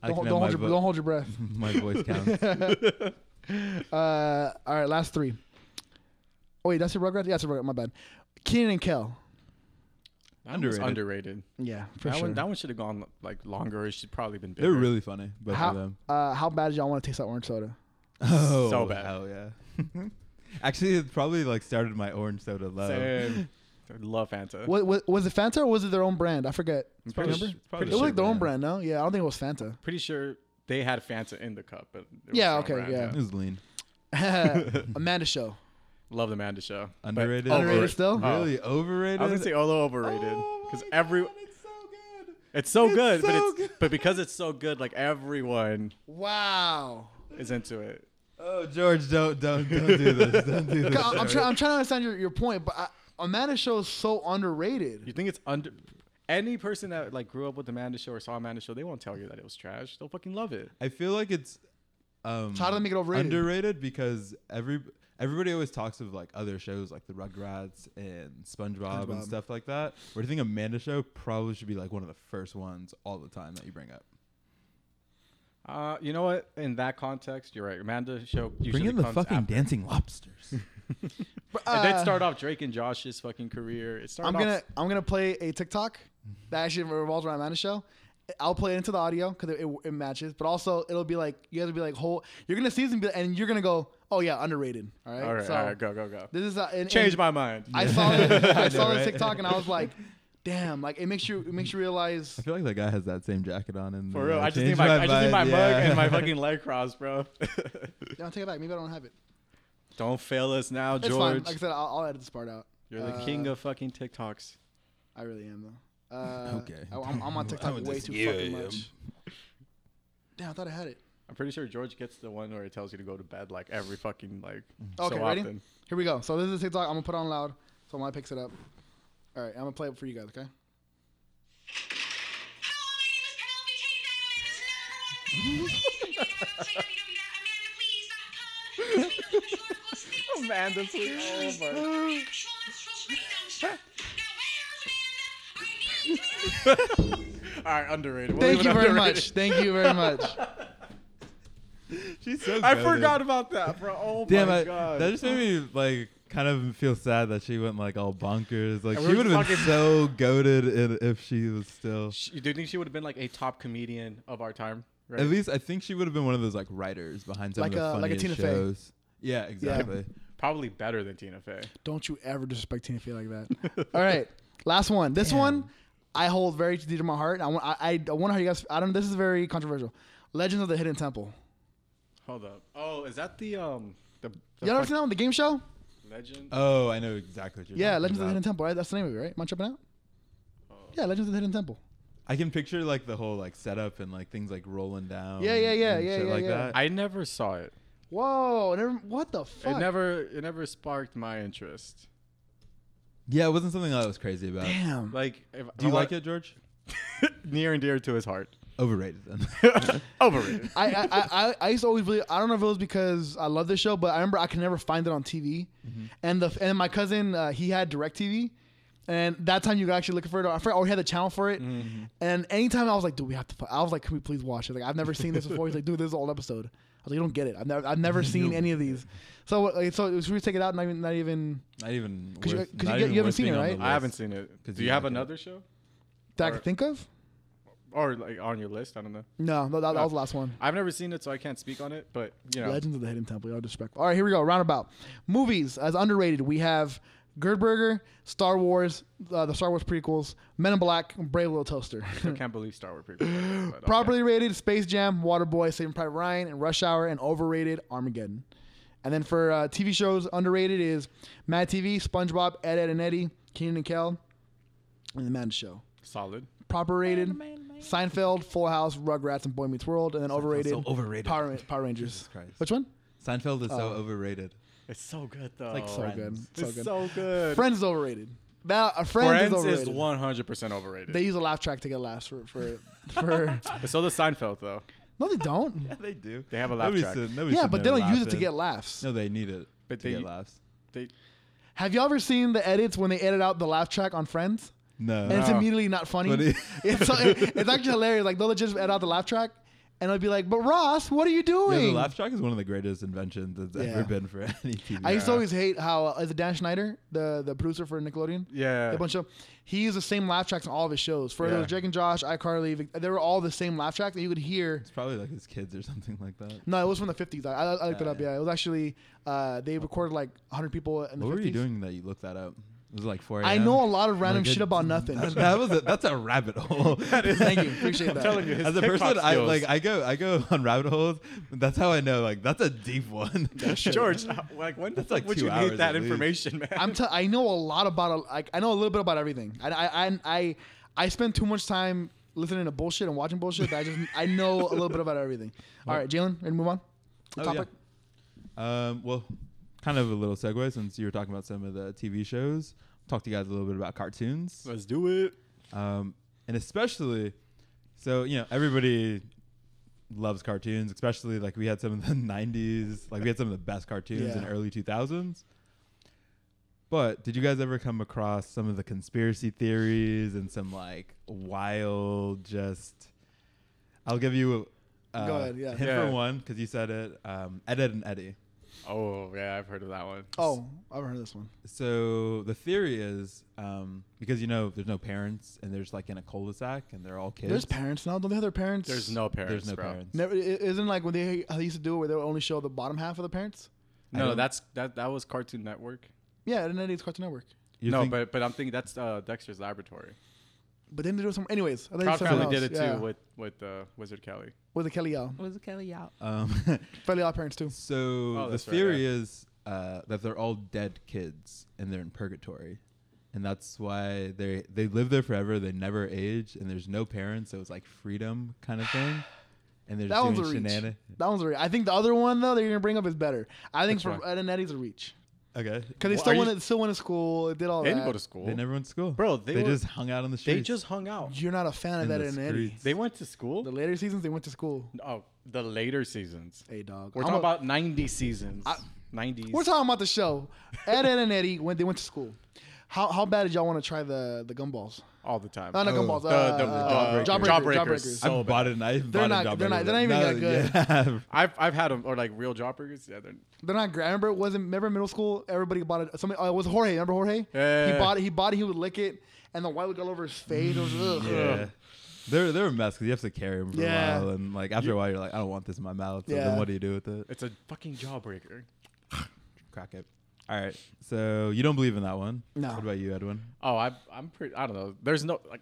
I can Don't, have don't my, hold your, vo- don't hold <laughs> your breath. my <laughs> voice counts. Uh, all right, last three. Oh wait, that's a Rugrats. Yeah, that's a Rugrats. My bad. Keenan and Kel. That one was Underrated. underrated. Yeah, for That sure. one that one should have gone like longer. It should probably been bigger. They're really funny, both of how, <laughs> them. uh, how bad did y'all want to taste that orange soda? Oh, so bad. Hell yeah. <laughs> Actually, it probably like started my orange soda love. <laughs> Same. I love Fanta. What, what was it Fanta or was it their own brand? I forget. I'm pretty, Remember? su- It's probably pretty It was sure, like their own brand. brand, no? Yeah, I don't think it <laughs> was Fanta. pretty sure they had Fanta in the cup. But it was Yeah, their own okay, brand, It was lean. Amanda Show. Love the Amanda Show. but Underrated. Underrated still? Really overrated. I was gonna say although overrated Oh because my every God, it's so good. it's so it's good, but so it's good. but because it's so good, like everyone <laughs> Wow. is into it. Oh, George, don't don't don't do this. Don't do this. I'm, try, I'm trying to understand your, your point, but I, Amanda Show is so You underrated. think it's under? Any person that like grew up with Amanda Show or saw Amanda Show, they won't tell you that it was trash. They'll fucking love it. I feel like it's um So how do they make it overrated? Underrated because every everybody always talks of like other shows like the Rugrats and SpongeBob, SpongeBob. and stuff like that. Where do you think Amanda Show probably should be like one of the first ones all the time that you bring up? Uh, you know what? In that context, you're right. Amanda Show usually bring in the comes fucking after. dancing lobsters. It did Uh, start off Drake and Josh's fucking career. It started I'm gonna off I'm gonna play a TikTok that actually revolves around Amanda Show. I'll play it into the audio because it, it, it matches. But also, it'll be like you guys will be like, whole. You're gonna see this and, be, and you're gonna go, oh yeah, underrated. All right. All right, So all right, go, go, go. This is uh, and- Change and my mind. I saw <laughs> it, I saw know, this right? TikTok and I was like, damn. Like it makes you it makes you realize. <laughs> I feel like that guy has that same jacket on. In For the, real, uh, I just Change need my, I just Mind, need my mug yeah. and my fucking leg cross, bro. <laughs> No, take it back. Maybe I don't have it. Don't fail us now, It's fine. George. Like I said, I'll, I'll edit this part out. You're the Uh, king of fucking TikToks. I really am <laughs> though. Uh, Okay. I, am I'm on I TikTok would way just- too yeah, fucking yeah. much. Damn, I thought I had it. I'm pretty sure George gets the one where it tells you to go to bed like every fucking like Okay, so ready? <laughs> often. Here we go. So this is TikTok. I'm gonna put on loud. So my picks it up. All right, I'm gonna play it for you guys. Okay. Amanda, please. Oh my. All right, underrated. We'll <laughs> Thank leave it you very underrated. much. Thank you very much. <laughs> She's so I good, forgot dude. about that, bro. Oh Damn, my I, god. that just made me like kind of feel sad that she went like all bonkers. Like And she we were would have been talking- so goaded in, if she was still. She- do you think she would have been like a top comedian of our time? Right? At least I think she would have been one of those like writers behind some Like of the a- like a funniest Tina Fey. shows. Yeah, exactly. probably better than Tina Fey. <laughs> Don't you ever disrespect Tina Fey like that. All right, last one. This one I hold very dear to my heart. I want. I, I, I wonder how you guys. I don't. This is very controversial. Legends of the Hidden Temple. Hold up. Oh, is that the um the, the You all ever fuck- seen that one? The game show. legend? Oh, I know exactly what you're Yeah, talking Legends of the about. Hidden Temple. Right, that's the name of it, right? Am I tripping out? Yeah, Legends of the Hidden Temple. I can picture like the whole like setup and like things like rolling down. Yeah, yeah, yeah, and yeah, shit yeah, like yeah. that. I never saw it. Whoa! Never, what the fuck? It never it never sparked my interest. yeah, it wasn't something I was crazy about. Damn. Like, if Do you like it, George? Near and dear to <laughs> his heart. Overrated then. <laughs> Overrated. I, I, I, I used to always really I don't know if it was because I love this show, but I remember I could never find it on TV. And the and my cousin uh, he had Directv, and that time you could actually look for it. Or I forgot, or he had the channel for it. And anytime I was like, dude, we have to. fi-" I was like, can we please watch it? Like I've never seen this before. He's like, dude, this is an old episode. I was like, <laughs> you don't get it. I've never I've never seen any of these. So like, so should we take it out? Not even not even not even. Cause you- worth- cause you not get- even you haven't worth seen being it, on the right? list. I haven't seen it. 'Cause Do you you have like it. another show? that I Or- could think of. Or like on your list? I don't know. No, no that, that Oh. was the last one. I've never seen it, so I can't speak on it. But you know, Legends of the Hidden Temple. Y'all disrespectful. All right, here we go. Roundabout. Movies as underrated. We have Gerdberger, Star Wars, uh, the Star Wars prequels, Men in Black, Brave <laughs> Little Toaster. I can't believe Star Wars. people like <gasps> that, but okay. Properly rated Space Jam, Waterboy, Saving Private Ryan, and Rush Hour, and overrated Armageddon. And then for uh, TV shows, underrated is Mad TV, SpongeBob, Ed, Ed, and Eddie, Keenan and Kel, and The Mad Show. solid. Proper rated Seinfeld, Full House, Rugrats, and Boy Meets World, and then overrated, so overrated. Power, Ra- Power Rangers. Christ. Which one? Seinfeld is Oh. so overrated. It's so good though. like So Friends. good. So It's good. so good. Friends is overrated. That a friend Friends is is overrated. 100% overrated. They use a laugh track to get laughs for for for. so does Seinfeld though. no, they don't. <laughs> They do. They have a laugh Nobody track. should- nobody Yeah, should but they know don't use it to laughing. get laughs. No, they need it But to they- get laughs. They Have y'all ever seen the edits when they edit out the laugh track on Friends? No. And it's No. immediately not funny. Funny. <laughs> it's, so- it's actually hilarious. Like they'll just edit out the laugh track, and I'll be like, "But Ross, what are you Yeah, doing?" the laugh track is one of the greatest inventions that's Yeah. ever been for <laughs> any TV. I used to always hate how uh, is it Dan Schneider, the the producer for Nickelodeon? Yeah. a bunch of he used the same laugh tracks on all of his shows. For Yeah. those Jake and Josh, iCarly, Vic- they were all the same laugh tracks, and you could hear It's probably like his kids or something like that. No, it was from the 50s. I, I, I looked it Yeah, up. Yeah. yeah. it was actually uh, they recorded like 100 people in the What 50s. were you doing that you looked that up? It was like 4 a.m. I know a lot of I'm random like, shit that- about <laughs> nothing. That, that was a, that's a rabbit <laughs> hole. <laughs> Thank you, <laughs> appreciate that. telling you, his As a TikTok person, I skills. like I go I go on rabbit holes. But that's how I know like that's a deep one. <laughs> George, how- like when the That's like fuck would two you hours need that at least. information, man? <laughs> I'm t- I know a lot about a- like I know a little bit about everything. I I I I, I spend too much time listening to bullshit and watching bullshit. That I just I know a little bit <laughs> about everything. All right, Jalen, ready to move on? Oh, Topic. yeah. Um, well, kind of a little segue since you were talking about some of the TV shows. Talk to you guys a little bit about cartoons. Let's do it. um, and especially so you know everybody loves cartoons especially like we had some of the <laughs> 90s like we had some of the best cartoons in Yeah. early 2000s but did you guys ever come across some of the conspiracy theories and some like wild just i'll give you uh, Go ahead, yeah. hint Yeah. for one because you said it um, ed, ed and eddie Oh yeah, I've heard of that one. Oh, I've heard of this one. So the theory is um, because you know there's no parents and there's like in a cul-de-sac and they're all kids. There's parents now. Don't they have their parents? there's no parents. There's no bro. parents. Never, i- isn't like when they how they used to do it where they would only show the bottom half of the parents. No, that's that. That was Cartoon Network. Yeah, and then it's Cartoon Network. You no, think- but but I'm thinking that's uh, Dexter's Laboratory. But then they do it some. Anyways, I think Proud it's Family something did it else. too Yeah. with with uh, Wizard Kelly. with the Kelly Yao. um, <laughs> Kelly Yao parents too. so the Oh, that's right, theory yeah. is uh, that they're all dead kids and they're in purgatory, and that's why they they live there forever. They never age, and there's no parents, so it's like freedom kind of thing. And <sighs> they're That just one's a doing reach. shenanigans. That one's a reach. I think the other one though that you're gonna bring up is better. I think Which for one? Ed and Eddie's a reach Okay, because they Well, still are went you- to, still went to school. They did all They that. didn't go to school. they never went to school, Bro, they were- just hung out on the streets. They just hung out. You're not a fan of in that the and Eddie. streets. They went to school. The later seasons they went to school. oh, the later seasons. Hey dog, We're I'm talking a- about 90 seasons. 90s. we're talking about the show. Ed, Ed and Eddie when they went to school. How how bad did y'all want to try the the gumballs? all the time. Not the, not Oh. gumballs. the, uh, uh, uh, jawbreakers. jawbreakers. I So bad. bought it. And I They're not- they're not- they're not <laughs> even that good. I've, I've had them. Or like real jawbreakers. Yeah, they're, They're not great. I remember it wasn't. Remember middle school, everybody bought it. Somebody, oh, it was Jorge. Remember Jorge? Yeah. He bought it. He bought it. He would lick it, and the white would go all over his face. It was, ugh. Yeah. Um, They're they're a mess because you have to carry them for Yeah. a while, and like after a while, you're like, I don't want this in my mouth. So Yeah. then what do you do with it? it's a fucking jawbreaker. Crack it. All right. So you don't believe in that one? No. What about you, Edwin? <laughs> Oh, I, I'm pretty. I don't know. There's no like,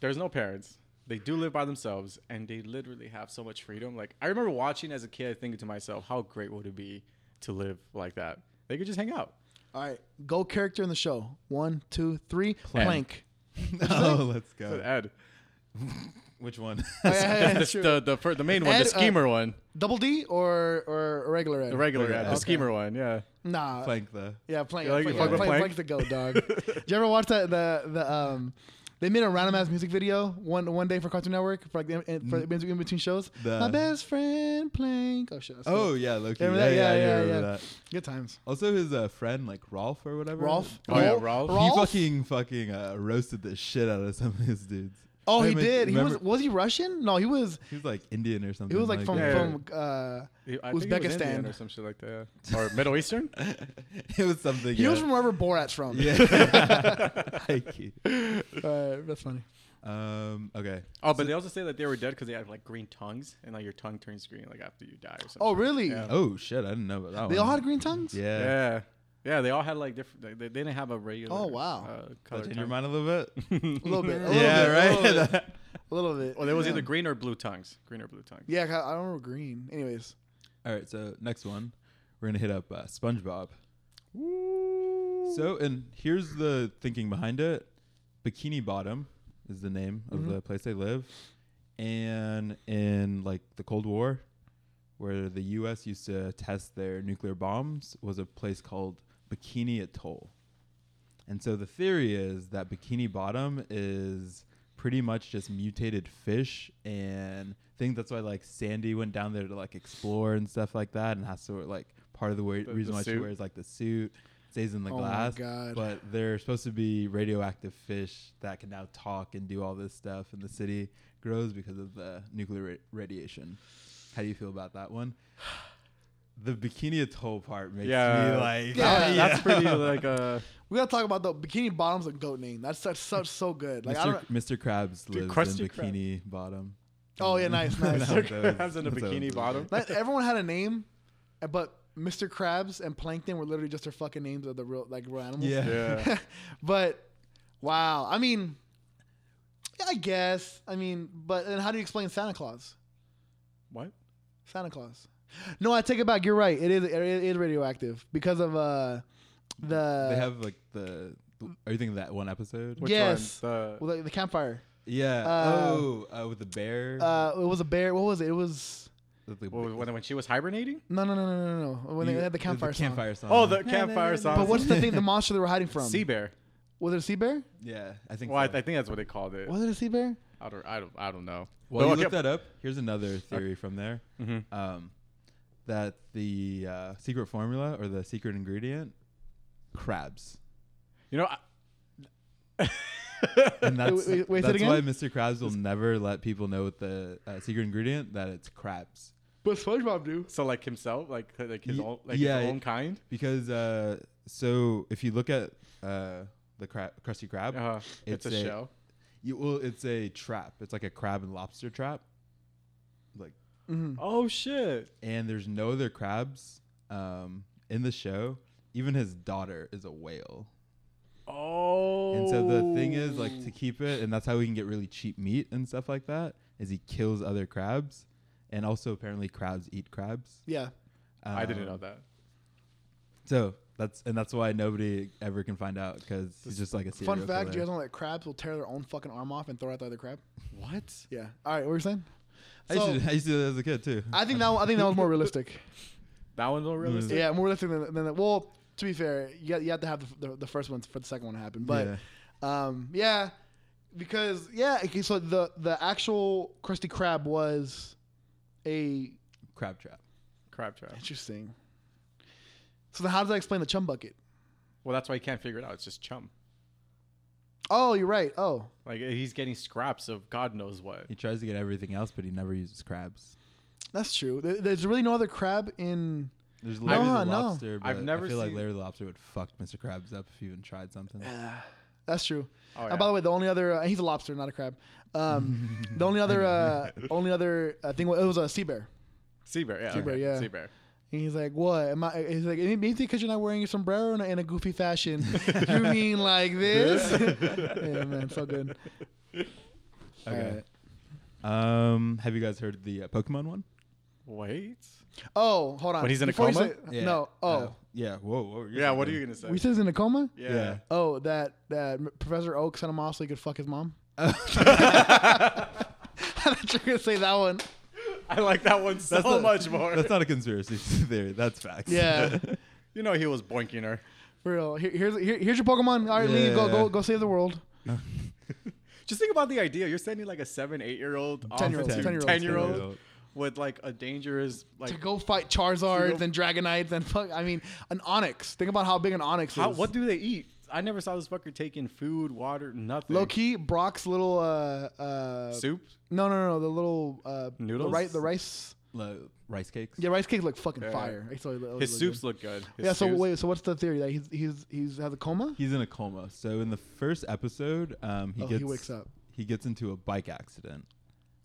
there's no parents. They do live by themselves, and they literally have so much freedom. Like I remember watching as a kid, thinking to myself, how great would it be to live like that? They could just hang out. All right, go character in the show. One, two, three. Plank. Plank. <laughs> <laughs> oh, let's go. <laughs> Ed, Which <laughs> one? Oh, yeah, yeah, yeah, the, sure. the, the, fir- the main one, Ed, uh, the schemer one, Double D or or regular Ed? the regular okay. Ed, the Okay. schemer one. Yeah, Nah. Plank though. Yeah, plank. You like- plank, you fuck yeah, with plank, Plank? plank's the <laughs> goat dog. Did you ever watch that the the um? They made a random ass music video one one day for Cartoon Network for like the, in- Mm. for the in between shows. The- My best friend Plank. Oh shit. that's good. Oh yeah, Loki. Yeah, Remember yeah, that? yeah, Yeah, I do yeah, remember yeah. that. Good times. Also, his uh, friend like Rolf or whatever. Rolf. Oh, yeah, Rolf. Rolf. He Rolf? fucking fucking uh, roasted the shit out of some of his dudes. Oh, he Remember- did. He was remember- was he Russian? No, he was. He was like Indian or something. Oh He was like from that. Yeah. from uh, I think it was Indian Uzbekistan. or some shit like that, yeah. <laughs> or Middle <laughs> Eastern. <laughs> it was something. He yeah. was from wherever Borat's from. <laughs> <laughs> Yeah. Thank you. Uh, that's funny. Um, okay. Oh, but they also say that they were dead because they had like green tongues, and like your tongue turns green like after you die or something. Oh, really? Yeah. Oh shit, I didn't know about that They one. all had green tongues. Yeah. Yeah. Yeah, they all had like different. They, they didn't have a regular. Oh, wow. Uh, Did color I change your tongue. mind a little bit? <laughs> <laughs> A little bit. A little yeah, bit, A little right. <laughs> bit. A little bit. Well, there was Yeah. either green or blue tongues. Green or blue tongues. Yeah, 'cause I don't remember green. Anyways, <laughs> all right, so next one, we're gonna hit up uh, SpongeBob. So, and here's the thinking behind it: Bikini Bottom is the name Mm-hmm. of the place they live, and in like the Cold War, where the U.S. used to test their nuclear bombs, was a place called Bikini Atoll. And so the theory is that Bikini Bottom is pretty much just mutated fish and I think that's why like Sandy went down there to like explore and stuff like that and has to like part of the way, The- reason the why she suit? wears like the suit stays in the Oh my glass God. but they're supposed to be radioactive fish that can now talk and do all this stuff and the city grows because of the nuclear ra- radiation how do you feel about that one the bikini atoll part makes Yeah. me like Yeah. That's pretty like <laughs> uh, we gotta talk about the bikini bottom's a goat name. That's such such so good. Like I Mr. don't. Mr. Krabs lives in Krusty Krab. Bikini <laughs> Bottom. Oh yeah, <laughs> nice, nice. That was- that has in a was- bikini bottom. Like, everyone had a name, uh, but Mr. Krabs and Plankton were literally just their fucking names of the real like real animals. <laughs> Yeah. Yeah. <laughs> But wow, I mean, yeah, I guess. I mean, but then how do you explain Santa Claus? what? Santa Claus. No, I take it back. You're right. It is it is radioactive because of uh the They have like the. Are you thinking of that one episode? Which Yes. one? The- well, the, the campfire. Yeah. Uh, oh, uh, with the bear. Uh, it was a bear. What was it? It was The- the- what was- when, when she was hibernating? no, no, no, no, no, no. When you- they had the campfire, The song. campfire song. Oh, the campfire song. But what's the thing? The monster they were hiding Um, from? sea bear? Was it a sea bear? Yeah, I think. Well, I, so. I think that's what they called it. Was it a sea bear? I don't. I don't. I don't know. Well, But you look okay, that up. Here's another theory from there. Mm-hmm. Um, that the uh, secret formula or the secret ingredient, crabs. You know, I, And that's, <laughs> wait, wait, say it that's why again? Mr. Krabs will never let people know what the uh, secret ingredient that it's crabs. But SpongeBob do. So like himself, like like his Ye- own, like yeah, his it- own kind. because uh, so if you look at uh, the cra- crusty crab, Uh-huh. Uh, it's, a, show. You, well, it's a trap. It's like a crab and lobster trap. Like, Hmm. Oh shit! and there's no other crabs um, in the show. Even his daughter is a whale. Oh. And so the thing is, like, to keep it, and that's how we can get really cheap meat and stuff like that. Is he kills other crabs, and also apparently crabs eat crabs. Yeah. I didn't Um, know that. So that's and that's why nobody ever can find out because he's just like a serial Fun fact: Do you killer. guys know that crabs will tear their own fucking arm off and throw it at the other crab? What? Yeah. All right. What were you saying? I used, So- to, I used to do that as a kid too. Um, I think that I think that was more <laughs> realistic. That one's Mm. more realistic. yeah, more realistic than, than that. Well, to be fair, you got, you have to have the, the, the first one for the second one to happen. But yeah, um, yeah because yeah. Okay, so the the actual Krusty Krab was a crab trap. Crab trap. interesting. So then how does that explain the chum bucket? Well, that's why you can't figure it out. It's just chum. Oh, you're right. Oh, Like he's getting scraps of God knows what. He tries to get everything else, but he never uses crabs. that's true. There, there's really no other crab in. There's Larry No, the no. lobster. But I've never I feel like seen- Larry the lobster would fuck Mr. Krabs up if he even tried something. Uh, That's true. Oh, And by yeah. the way, the only other uh, he's a lobster, not a crab. Um, the <laughs> only other uh, only other uh, thing was, it was a sea bear. Sea bear. Yeah. Sea bear, okay. yeah. Sea bear. And he's like, "What am I?" He's like, "You think because you're not wearing a sombrero in a, in a goofy fashion, <laughs> you mean like this?" <laughs> yeah, man, so good. Okay. Um, have you guys heard the uh, Pokemon one? Wait. Oh, hold on. When he's in a Before you coma? say- No. Oh, Uh, yeah. Whoa. whoa Yeah. What are you gonna say? we said he's in a coma. yeah. <laughs> Oh, that that Professor Oak sent him off so he could fuck <laughs> his mom. <laughs> I thought you were gonna say that one. I like that one so not- much more. That's not a conspiracy <laughs> theory. That's facts. <laughs> Yeah, you know he was boinking her. for real. Here, here's here, here's your Pokemon. All right, leave. Go go Yeah. go save the world. Um, Just think about the idea. You're sending like a seven, eight year old, 10-year-old, 10-year-old. ten year old with like a dangerous to like. go fight Charizards go- and Dragonites and fuck. I mean, an Onyx. Think about how big an Onyx How, is. what do they eat? I never saw this fucker taking food, water, nothing. Low key, Brock's little uh uh soup. No, no, no, the little uh Noodles? The, ri- the rice. Lo- rice cakes. Yeah, rice cake look fucking Yeah. fire. I saw it- it looked His soups uh, good. look good. His Yeah. So soups- wait. So what's the theory? That he's he's he's has a coma. He's in a coma. So in the first episode, um, he Oh, he gets wakes up. He gets into a bike accident,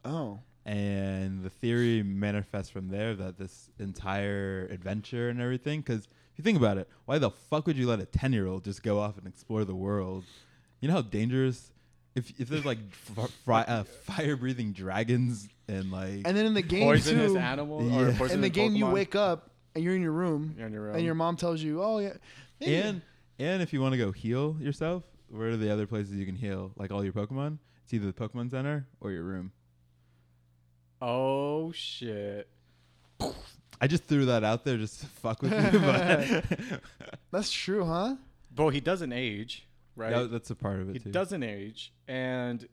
Oh. and the theory manifests from there that this entire adventure and everything. Because if you think about it, why the fuck would you let a ten-year-old just go off and explore the world? You know how dangerous. If, if there's like fr- fri- uh, fire-breathing dragons and like And then in the game poisonous too. animal Yeah. or In the poisonous in the game, you Pokemon? wake up and you're in your room. You're in your And room. your mom tells you, "Oh yeah." Hey. And and if you want to go heal yourself, where are the other places you can heal? Like all your Pokemon, it's either the Pokemon Center or your room. Oh shit! I just threw that out there just to fuck with you, but <laughs> that's true, huh? Bro, he doesn't age, right? <laughs> that, that's a part of it he too. doesn't age, and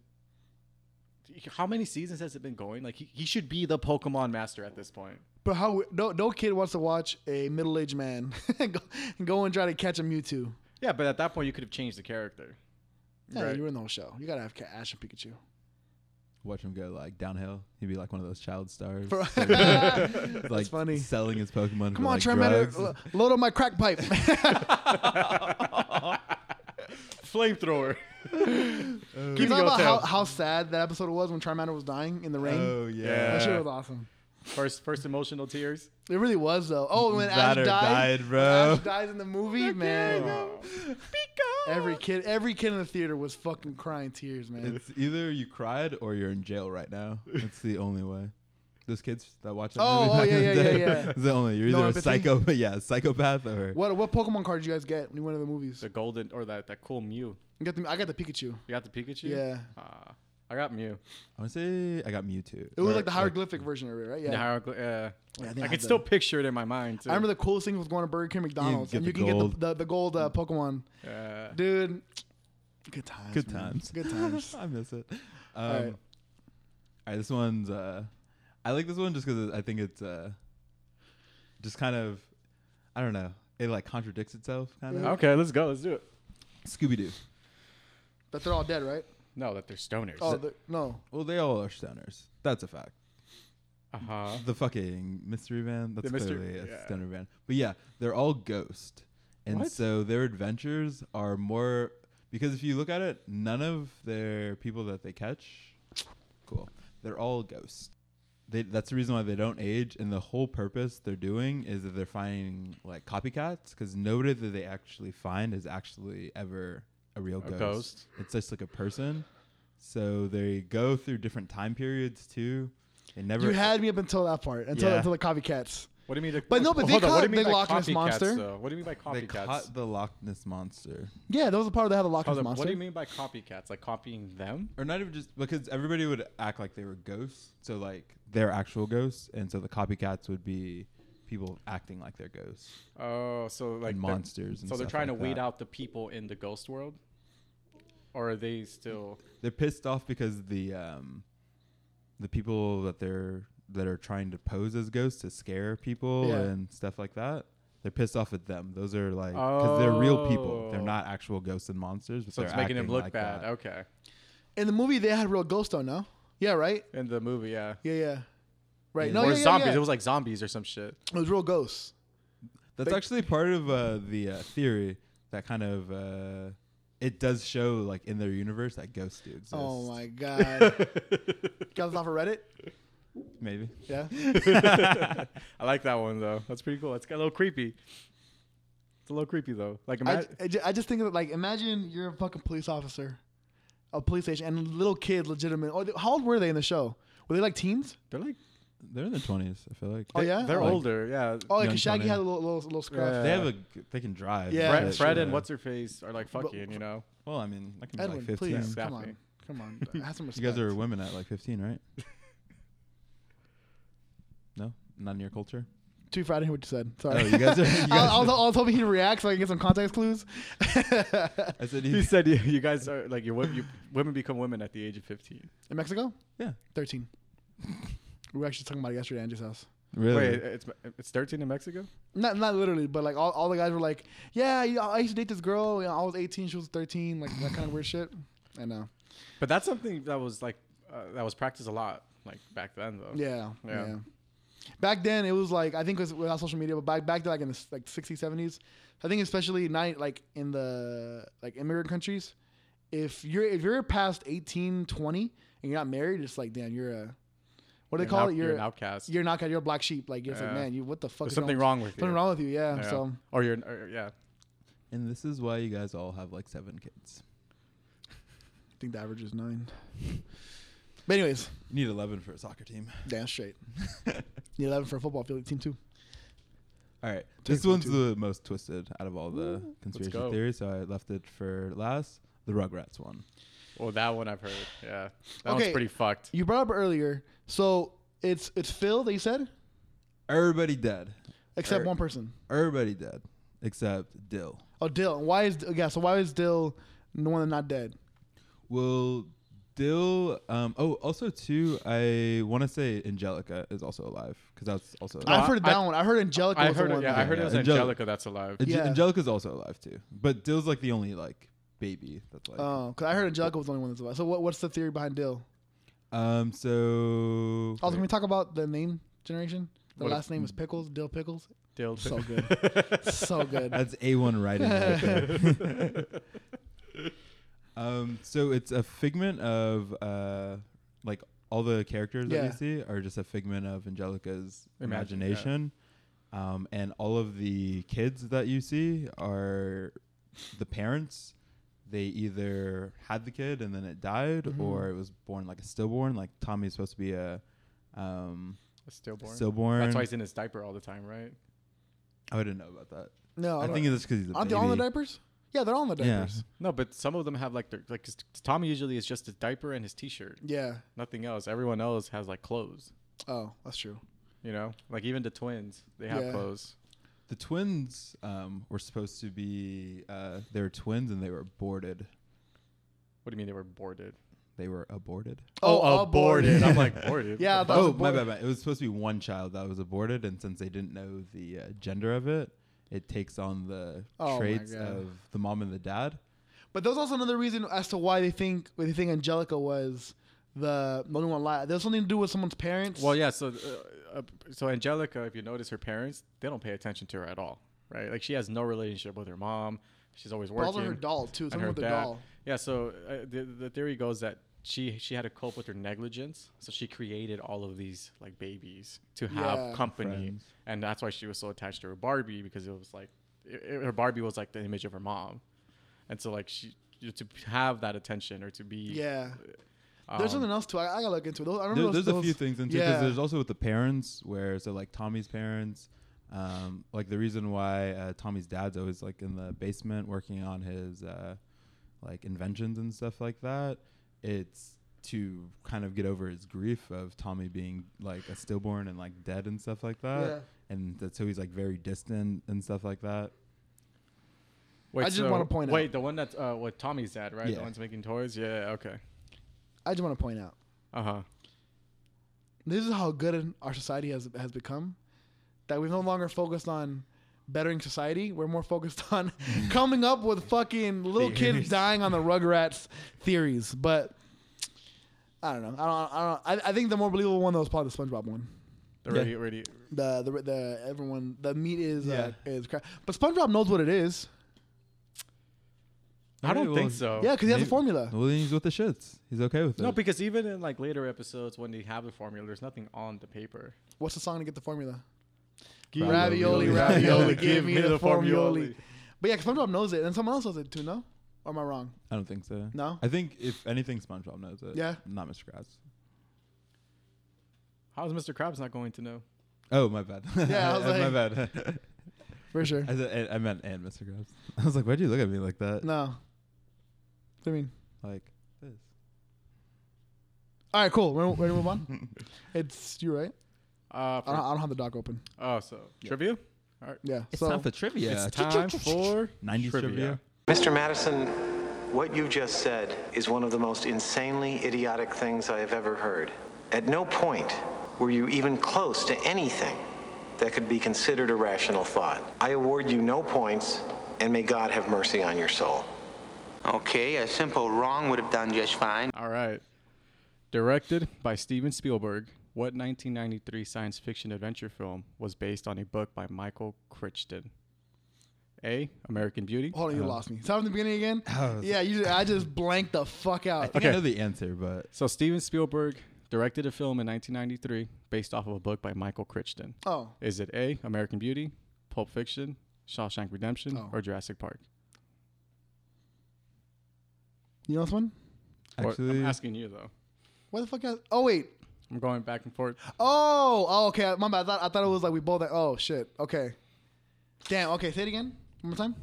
how many seasons has it been going? Like he, he should be the Pokemon master at this point. But how no no kid wants to watch a middle aged man <laughs> go, go and try to catch a Mewtwo. Yeah, but at that point you could have changed the character. Yeah, Right. you were in the whole show. You gotta have Ca- Ash and Pikachu. Watch him go like downhill. He'd be like one of those child stars, Bro- <laughs> like funny. selling his Pokemon. Come for, on, like, Tremendous, drugs. load up my <laughs> crack pipe. <laughs> Flamethrower. you Give me know your about how, tail. how sad that episode was when Charmander was dying in the rain. Oh yeah, Yeah. that shit was awesome. First, first emotional tears. It really was though. Oh, when Ash That or died, died, when bro. Ash dies in the movie, man. Every kid, every kid in the theater was fucking crying tears, man. It's either you cried or you're in jail right now. It's the only way. Those kids that watch that Oh, movie oh, back yeah, in yeah, the yeah, day, yeah. It's the only. You're No either a empathy? psycho, <laughs> yeah, psychopath or What what Pokemon card did you guys get when you went to the movies? The golden or that that cool Mew. You got the, I got the Pikachu. You got the Pikachu. Yeah, Ah, I got Mew. I want to say I got Mewtwo. it was Or- like the hieroglyphic version of it, right? Yeah. The hieroglyph. Uh, Yeah, I I, think I can had still the- picture it in my mind. Too. I remember the coolest thing was going to Burger King, McDonald's, get and the you can get gold. the the, the gold uh, Pokemon, Uh, dude. Good times. Good man. times. Good times. <laughs> I miss it. Um, all, right. right. this one's. Uh, I like this one just because I think it's uh, just kind of, I don't know, it like contradicts itself kind of. okay, let's go. Let's do it. Scooby Doo. but they're all dead, right? No, that they're stoners. Oh the, no. Well, they all are stoners. That's a fact. Uh huh. the fucking mystery van. That's mystery- clearly a yeah. stoner van. But yeah, they're all ghost, and What? so their adventures are more because if you look at it, none of their people that they catch, cool, they're all ghost. They, that's the reason why they don't age, and the whole purpose they're doing is that they're finding like copycats because nobody that they actually find is actually ever a real A ghost. ghost. It's just like a person. So they go through different time periods too. They never You had me up until that part, until Yeah. until the copycats. What do you mean? But no, but they hold on, caught what do you mean Big by Loch Ness copycats, Monster. Though? What do you mean by They copycats? caught the Loch Ness monster, Yeah, that was the part that had Oh, the Loch I was like, Ness monster. what do you mean by copycats? Like copying them? or not even just because everybody would act like they were ghosts. So like they're actual ghosts, and so the copycats would be people acting like they're ghosts. Oh, so like And they're- monsters and so they're stuff trying like to weed that. out the people in the ghost world, or are they still? They're pissed off because the um, the people that they're that are trying to pose as ghosts to scare people Yeah. and stuff like that. They're pissed off at them. Those are like because they're real people. They're Oh. not actual ghosts and monsters. But So it's they're making them acting look like bad. that. Okay, In the movie, they had real ghosts, though, no? Yeah, right? in the movie, yeah. Yeah, yeah. Right. No, or Oh, yeah, yeah, zombies. yeah. It was like zombies or some <laughs> shit. <laughs> It was real ghosts. That's actually part of uh, the uh, theory that kind of uh, it does show like in their universe that ghosts do exist. Oh <laughs> my god. Got this off of Reddit? Maybe. Yeah. I like that one though. That's pretty cool. It's got a little creepy. It's a little creepy though. Like I, imagine. I ju- I just think of it like imagine you're a fucking police officer, a police station, and little kid, legitimate. Or how old were they in the show? Were they like teens? They're like They're in their twenties. I feel like. Oh yeah. they're oh, older. Yeah. Oh, like Young Shaggy Conan. had a little little, little scruff. Yeah. They have a. g- They can drive. Yeah. but- Fred, Fred and yeah. what's her face are like fucking. You know. Well, I mean, I can be Edwin, like fifteen. please come Exactly. on, come <laughs> on, have some You respect. guys are women at like fifteen, right? no, not in your <laughs> culture. too fried in here. What you said? Oh, Sorry. <laughs> you guys are. You I, guys I, was, I was hoping he'd react so I can get some context clues. <laughs> I said He <laughs> you. said you, you guys are like your wo- you, women become women at the age of fifteen. In Mexico, <laughs> Yeah. thirteen. we were actually talking about it yesterday at Angie's house. Really. Wait, it's it's thirteen in Mexico. Not not literally, but like all, all the guys were like, "Yeah, you know, I used to date this girl. You know, I was 18, she was 13, like that kind of weird shit." I know. But that's something that was like uh, that was practiced a lot like back then though. Yeah, yeah. Yeah. Back then, it was like I think it was without social media, but back back then, like in the s- like 60s, 70s, I think especially night like in the like immigrant countries, if you're if you're past 18, 20, and you're not married, it's like damn, you're a what do You're they an call out- it? you're You're an outcast. You're not you're a black sheep. Like you're just like Yeah. man, you what the fuck? There's is something with- wrong with you. Something wrong with you? Yeah. Yeah. So or you're or, yeah. and this is why you guys all have like seven kids. I think the average is nine. But anyways, You need eleven for a soccer team. <laughs> damn straight. Need eleven for a football field team too. All right. Take this one, one's two. the most twisted out of all the conspiracy go. theories, so I left it for last. The Rugrats one. Well, that one I've heard. Yeah. That Okay. one's pretty fucked. You brought up earlier, so it's it's Phil that you said, Everybody dead. except Er- one person. Everybody dead. Except Dill. Oh, Dill. Why is yeah? So why is Dill the one that's not dead? Well, Dill. Um, oh, also, too, I want to say Angelica is also alive because that's also. I- I've heard that I- one. I heard Angelica. I was heard the it. one Yeah, I that- heard it Yeah, was Angelica. Angelica. that's alive. Ange- yeah. Angelica's also alive, too. But Dill's like the only, like, baby that's like. Oh, because I heard Angelica was the only one that's alive. So what, what's the theory behind Dill? Um, so. Also, can we talk about the name generation? The What if- last name is Pickles. <laughs> Dill Pickles. Dill- So good. so good. That's A1 writing right <laughs> there. um, so it's a figment of uh, like all the characters Yeah. that you see are just a figment of Angelica's Imagine, yeah. imagination. Um, and all of the kids that you see are the parents. They either had the kid and then it died, Mm-hmm. or it was born like a stillborn. Like Tommy's supposed to be a um, Stillborn. stillborn. That's why he's in his diaper all the time, right? oh, I didn't know about that. Oh, No, I, I, think it's it's because he's a baby. aren't they all in the diapers? Yeah, they're all in the Yeah. diapers. No, but some of them have like their like 'cause Tommy usually is just his diaper and his T-shirt, Yeah. nothing else. Everyone else has like clothes. Oh, that's true. You know, like even the twins, they have Yeah. clothes. The twins um, were supposed to be uh, they were twins and they were aborted. What do you mean they were boarded? They were aborted. Oh, aborted. I'm like boarded. <laughs> Yeah, What the That was oh, my aborted. bad, my bad. It was supposed to be one child that was aborted, and since they didn't know the uh, gender of it, it takes on the Oh my traits God. of the mom and the dad. But there was also another reason as to why they think why they think Angelica was the the only one lie. There's something to do with someone's parents. Well, yeah. So, uh, uh, so Angelica, if you notice, her parents they don't pay attention to her at all, right? Like she has no relationship with her mom. She's always But working. also her doll too. and Something with the doll. Yeah. So uh, the the theory goes that she she had to cope with her negligence, so she created all of these like babies to have Yeah. company, Friends. and that's why she was so attached to her Barbie because it was like it, it- her Barbie was like the image of her mom, and so like she to have that attention or to be Yeah. um, there's something else too. I, I gotta look into it. Those, I remember There, those, there's a few those- things into because yeah. there's also with the parents where so like Tommy's parents, um, like the reason why uh, Tommy's dad's always like in the basement working on his uh, like inventions and stuff like that. It's to kind of get over his grief of Tommy being like a stillborn and like dead and stuff like that, Yeah. and that's so he's like very distant and stuff like that. Wait, I just wanna point out- Wait, the one that's uh, with Tommy's dad, right? Yeah. The one's making toys. Yeah. Okay. I just want to point out. Uh huh. This is how good our society has has become. That we've no longer focused on bettering society. We're more <laughs> focused <laughs> on coming up with fucking little kids Theories. dying on the Rugrats theories. But I don't know. I don't. I don't. I, I think the more believable one though is probably the SpongeBob one. The Yeah. radio, radio. The the the everyone the meat is uh, Yeah. is crap. But SpongeBob knows what it is. I don't well, think so. Yeah, because he has a Oh, maybe- formula. Well, then he's with the shits. He's okay with No, it. because even in like later episodes when they have the formula, there's nothing on the paper. What's the song to get the formula? Give ravioli, me the <laughs> ravioli, <laughs> ravioli. give me the formioli. But yeah, 'cause SpongeBob knows it, and someone else knows it too. No, or am I wrong? I don't think so. No? I think if anything, SpongeBob knows it. Yeah. Not Mr. Krabs. How is Mr. Krabs not going to know? Oh, my <laughs> bad. Yeah, I was my like- bad. For sure. I, said, I meant and Mr. Krabs. <laughs> I was like, why'd you look at me like that? No. I mean, Like this. all right, cool. Ready, ready to <laughs> move on? it's you, right? Uh, I don't, for, I don't have the doc open. oh, so trivia. All right. Yeah. so trivia. It's time for 90s trivia. Mr. Madison, what you just said is one of the most insanely idiotic things I have ever heard. At no point were you even close to anything that could be considered a rational thought. I award you no points, and may God have mercy on your soul. Okay, a simple wrong would have done just fine. All right. Directed by Steven Spielberg, what 1993 science fiction adventure film was based on a book by Michael Crichton? A. American Beauty. hold Uh-huh. on, you lost me. Start from the beginning again. yeah, you. I just blanked the fuck I out. think I Okay. know the answer, but So Steven Spielberg directed a film in 1993 based off of a book by Michael Crichton. Oh, Is it A. American Beauty, Pulp Fiction, Shawshank Redemption, Oh. or Jurassic Park? you know this one? Or- actually, I'm asking you though. Why the fuck? Has, oh wait. I'm going back and forth. Oh, oh, okay. My bad. I thought, I thought it was like we both. Oh shit. Okay. Damn. Okay. Say it again. One more time.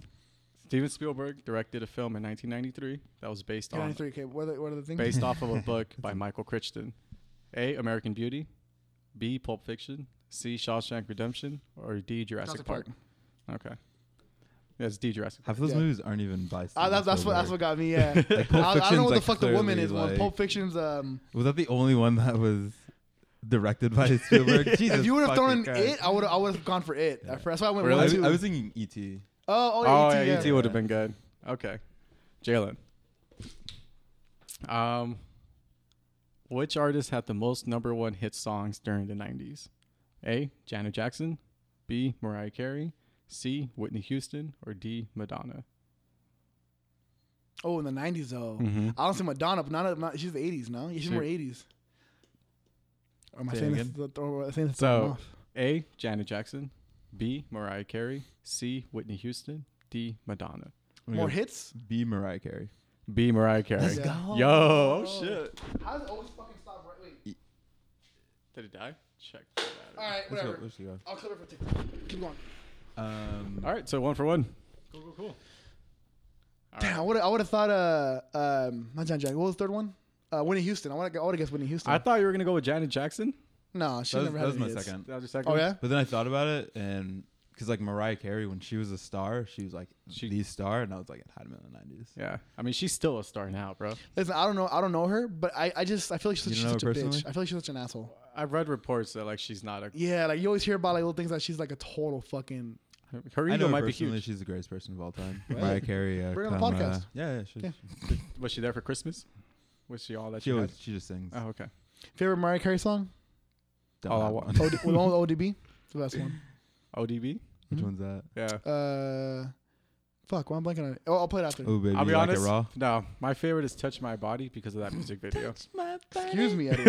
Steven Spielberg directed a film in 1993 that was based on 93. Okay. What are, the, what are the things? based off of <laughs> a book by Michael Crichton. A. American Beauty, B. Pulp Fiction, C. Shawshank Redemption, or D. Jurassic, Jurassic Park. Okay. That's D. Jurassic. Park. half those Yeah. movies aren't even by Uh, Steven that's, that's what that's Spielberg. what got me. Yeah, I, Pulp I don't know Fiction's, what the <laughs> like, fuck the woman clearly, is. one. like- Pulp Fiction's. Um, Was that the only one that was directed by Spielberg? Jesus if you would have fucking thrown Christ. it, I would I would have gone for it. At first. That's why I went I, one was- two. I was thinking E E.T. oh, Oh, oh, E yeah, ET, yeah, yeah. ET would have been good. Okay. Jalen. Um, which artist had the most number one hit songs during the 90s? A. Janet Jackson, B. Mariah Carey, C. Whitney Houston, or D. Madonna? Oh, in the nineties though. Mm-hmm. I don't see Madonna, but not, not she's the eighties. No, Yeah, she's more eighties. Or am I Say it saying this? again. th- or am I saying this So- wrong? A. Janet Jackson, B. Mariah Carey, C. Whitney Houston, D. Madonna. I'm gonna more go hits. B. Mariah Carey. B. Mariah Carey. Yeah. go. Yo, oh shit. How does it always fucking stop? Right. Wait. Did it die? Check. All right. Let's go. Whatever. Let's go. I'll clip it for TikTok. Keep going. Um, All right, so one for one. Damn, I would I would have thought uh um not John Jack. What was the third one? Uh, Whitney Houston. I want to I would have guessed Whitney Houston. I thought you were gonna go with Janet Jackson. no, she that was, never that had was any my hits. second. That was your second. Oh yeah. But then I thought about it, and because like Mariah Carey, when she was a star, she was like the star, and I was like, it had him in the nineties. Yeah, I mean she's still a star now, bro. Listen, I don't know. I don't know her, but I, I just I feel like she's, You she's don't know such a her bitch. personally? I feel like she's such an asshole. I've read reports that like she's not a Yeah, like you always hear about like little things that she's like a total fucking. her I ego know might be personally, huge. she's the greatest person of all time. Mariah Carey. Uh, Bring her on the come, podcast. uh, yeah, yeah, she's, Yeah. Was she there for Christmas? Was she all that She you always had? she just sings. Oh, okay. Favorite Mariah Carey song? oh, Don't all I have <laughs> want- one. OD, well, ODB. It's the best one. ODB. Which Mhm. one's that? Yeah. Uh, fuck. Why am I blanking on it? Oh, I'll play it after. Oh baby, I'll be you like it honest. raw. No, my favorite is "Touch My Body" because of that <laughs> music video. Excuse me, <laughs> Eddie.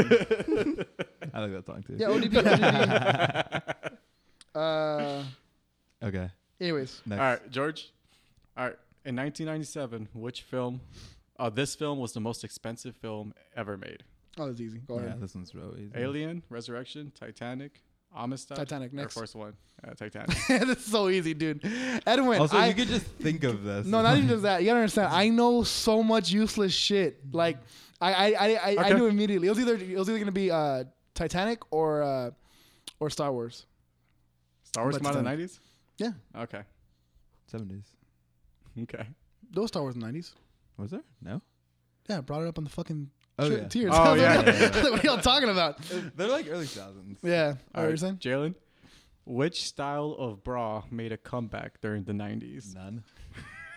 I like that song too. yeah, ODB. ODB. <laughs> uh, Okay. anyways, Next. All right, George. All right. In 1997, which film? Uh, this film was the most expensive film ever made. oh, that's easy. Go Yeah, <laughs> ahead. this one's real easy. Alien, Resurrection, Titanic, Amistad. Hmm. Titanic, Air next. Force One. Uh, <laughs> Titanic. this is so easy, dude. Edwin, Also, I you could just think of this. no, not even just that. You gotta understand. I know so much useless shit. Like, I I I, I, I Okay. knew immediately. It was either it was either gonna be uh, Titanic or uh, or Star Wars. Star Wars But came out in the Titanic. 90s. Yeah, Okay. <laughs> seventies. Okay. those Star Wars in the nineties. Was there? No. Yeah, I brought it up on the fucking Oh, tri- yeah. tears. Oh, I <laughs> was yeah. like, what are y'all talking about? They're like early thousands. Yeah, what All were right, you saying? Jalen. Which style of bra made a comeback during the 90s? None.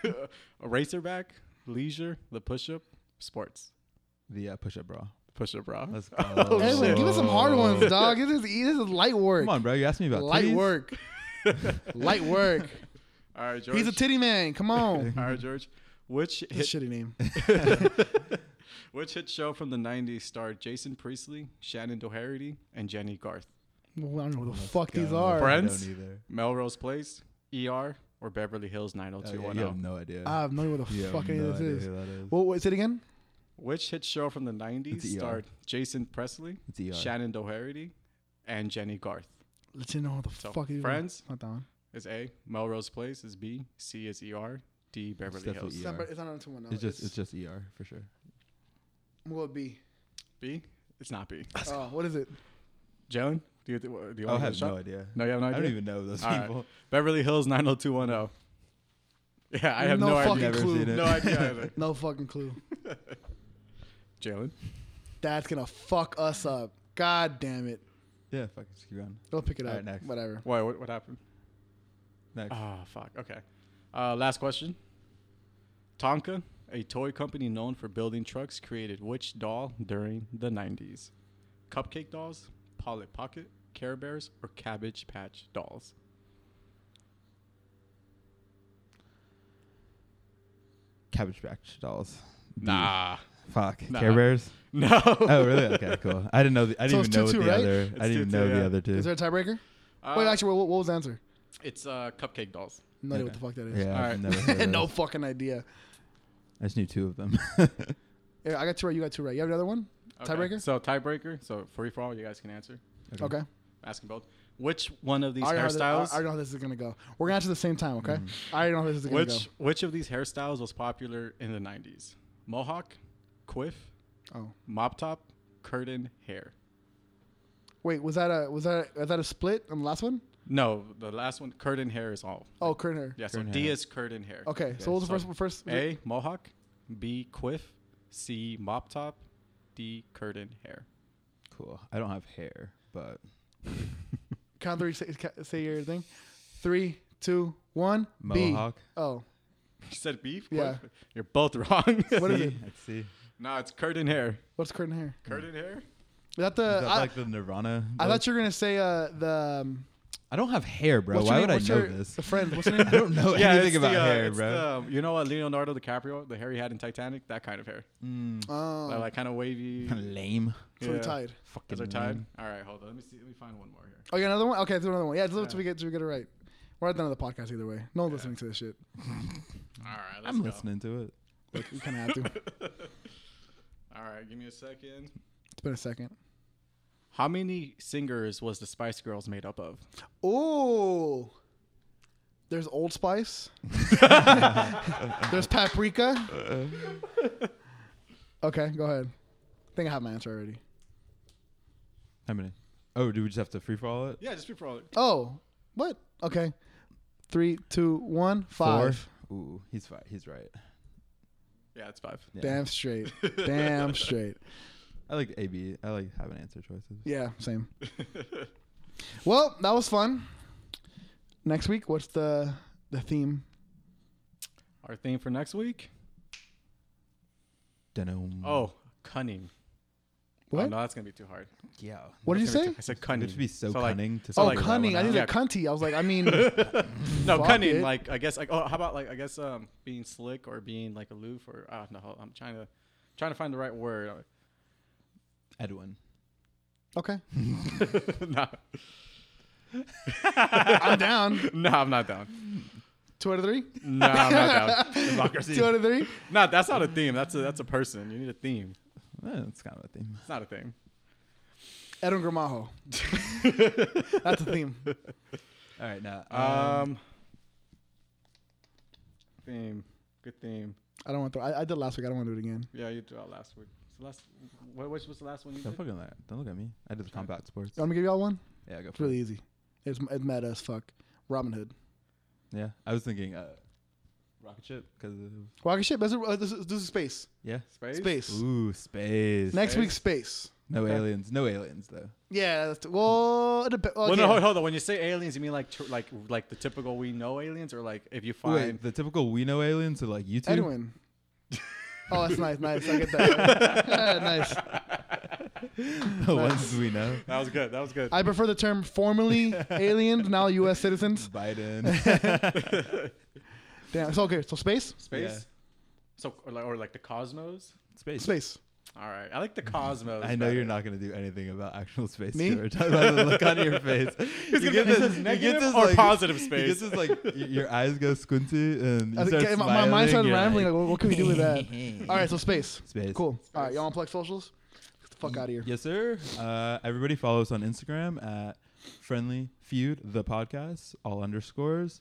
A racerback, leisure, the push-up, sports. The uh, push-up bra. Push-up bra. Let's go. <laughs> Edwin, give us some <laughs> hard ones, dog. This is e, this is light work. Come on, bro. You asked me about light titties? <laughs> work. light work. All right, George. He's a titty man. Come on. <laughs> All right, George. Which That's hit, a shitty name. which hit show from the 90s starred Jason Priestley, Shannon Doherty, and Jenny Garth? Well, I don't know what the fuck these God, are. I Brett? don't Friends? either. Melrose Place, ER, or Beverly Hills Uh, Oh, yeah, you have 90210? no idea. I have no idea what the You have fuck any no of Ah, this idea is. who that is. What was it again? Which hit show from the 90s E It's ER. starred Jason Presley, It's ER. Shannon Doherty, and Jenny Garth? Let's see know what the So, fuck these are. Friends? Not that one. Is A, Melrose Place, is B, C is ER, D, Beverly definitely Hills. ER. It's not, it's not on someone else. It's just it's just ER for sure. what B? B? It's not B. Oh, what is it? Jalen, do you, do you Oh, I want to have no idea. No, you have no I idea? don't even know those All right. people. Beverly Hills 90210. Yeah, I have No no, fucking idea. Never clue. seen it. No idea either. No fucking clue. Jalen. That's gonna fuck us up. God damn it. Yeah, fuck. Just keep going. We'll pick it up. Alright, next. Whatever. Why? What, what happened? Next. Ah. Oh, fuck. Okay. Uh, last question. Tonka, a toy company known for building trucks, created which doll during the 90s? Cupcake dolls, Polly Pocket, Care Bears, or Cabbage Patch dolls? Cabbage Patch Dolls. Nah. Fuck. Nah. Care Bears. <laughs> No. Oh, really? <laughs> Okay, cool. I didn't know. The, I So didn't it's even know 2-2, the right? other. I didn't even 2-2, know yeah. the other two. Is there a tiebreaker? Uh, Wait, actually, what, what was the answer? it's uh, Cupcake dolls. No idea what the fuck that is. yeah, I've All <laughs> never heard of no those. fucking idea. I just knew two of them. <laughs> Yeah, I got two right. You got two right. You have another one? Okay, Tiebreaker? So, tiebreaker. So, free for all, you guys can answer. Okay. Asking both. Which one of these I already know how thi- I hairstyles? I already know how this is gonna go. We're gonna answer the same time, okay? Mm-hmm. I already know how this is gonna Which which of these hairstyles was popular in the 90s? Mohawk, quiff, go. Oh, mop top, curtain hair. wait, was that a was that a, was that a split on the last one? No, the last one, curtain hair is all. Oh, curtain hair. Yeah, so Curtain D hair. is curtain hair. Okay, so what was the first so one? First, was it- A, mohawk, B, quiff, C, mop top, D, curtain hair. <laughs> cool. I don't have hair, but count three. Say, ca- say your thing. Three, two, one. mohawk. B. Oh, You said beef? Yeah. You're both <laughs> wrong. What is it? Let's see. no, it's curtain hair. what's curtain hair? Curtain hair? Is that the? Is that Uh, I, like the Nirvana? I look? thought you were gonna say uh, the. Um, I don't have hair, bro. what's Why would your name? I what's know your, this? The friend. <laughs> What's her name? I don't <laughs> know it's anything about the, uh, hair, it's bro. the- you know what Leonardo DiCaprio, the hair he had in Titanic? That kind of hair. Mm. Oh, Like, kind of <laughs> wavy. Lame. so we yeah. tied. Is Fucking Mm. there time? lame. All right, hold on. Let me see. Let me find one more here. Oh, you got another one. Okay, do another one. Yeah, do it till we get till we get it right. We're at the end of the podcast either way. No one listening to this shit. All right, let's I'm go. listening to it. Like, we kind of have to. <laughs> All right, give me a second. It's been a second. How many singers was the Spice Girls made up of? Oh, there's Old Spice. <laughs> there's <laughs> Paprika. Okay, go ahead. I think I have my answer already. How many? Oh, do we just have to free for all it? Yeah, just be pro. Oh, what? Okay. Three, two, one, Four. five. Ooh, he's fi- He's right. Yeah, it's five. Yeah. Damn <laughs> straight. Damn straight. I like A B. I like having answer choices. Yeah, same. well, that was fun. Next week, what's the the theme? Our theme for next week? Denim. Oh, cunning. Oh, What? no, that's gonna be too hard. Yeah. what did you say? I said cunning. It should be so, like- cunning to so Oh, like, that cunning. one, I think huh? they're cunty. I was like, I mean, no, Fuck cunning. it. Like I guess like oh, how about like I guess um being slick or being like aloof or ah no, I'm trying to trying to find the right word. Edwin. okay, <laughs> <laughs> no, I'm down. no, I'm not down. Two out of three. No, I'm not down. <laughs> Democracy. Two out of three. No, that's not a theme. That's a that's a person. You need a theme. Eh, That's kind of a theme. It's not a thing. Edwin Gramajo. That's a theme. All right, now. Um, theme. Good theme. I don't want to. I, I did last week. I don't want to do it again. Yeah, you threw out last week. It's the last. What, which was the last one you don't did? fucking like, don't look at me. I did the combat sports. You want me to give y'all one? Yeah, go It's for really it. easy. It's it's meta as fuck. Robin Hood. Yeah, I was thinking uh, rocket ship because Rocket ship. This is, uh, this is, this is space. yeah. Space. Space. Ooh, space. Next week, space. no aliens. No aliens though. Yeah. That's well, it dep- Well, okay. no, hold, hold on. When you say aliens, you mean like tr- like like the typical we know aliens, or like if you find Wait, the typical we know aliens are like you two. <laughs> Edwin. oh, that's nice. Nice. I get that. <laughs> nice. <laughs> the ones we know. that was good. That was good. I prefer the term <laughs> formerly aliens, now U.S. citizens. <laughs> Biden. Damn. So okay. So space. Space. Yeah. So or like, or like the cosmos. space. Space. All right, I like the cosmos. Mm-hmm. I know better. you're not gonna do anything about actual space. Me? George. By the look on <laughs> your face. He's gonna- is this negative or positive You space? get this like y- your eyes go squinty and you I start think- my, my mind smiling, started you're rambling. Like, like, what, what can we do <laughs> with that? All right. So space. Space. Cool. All right. Y'all want to plug socials? Get the fuck out of here. Yes, sir. Uh, everybody follow us on Instagram at Friendly Feud the podcast, all underscores,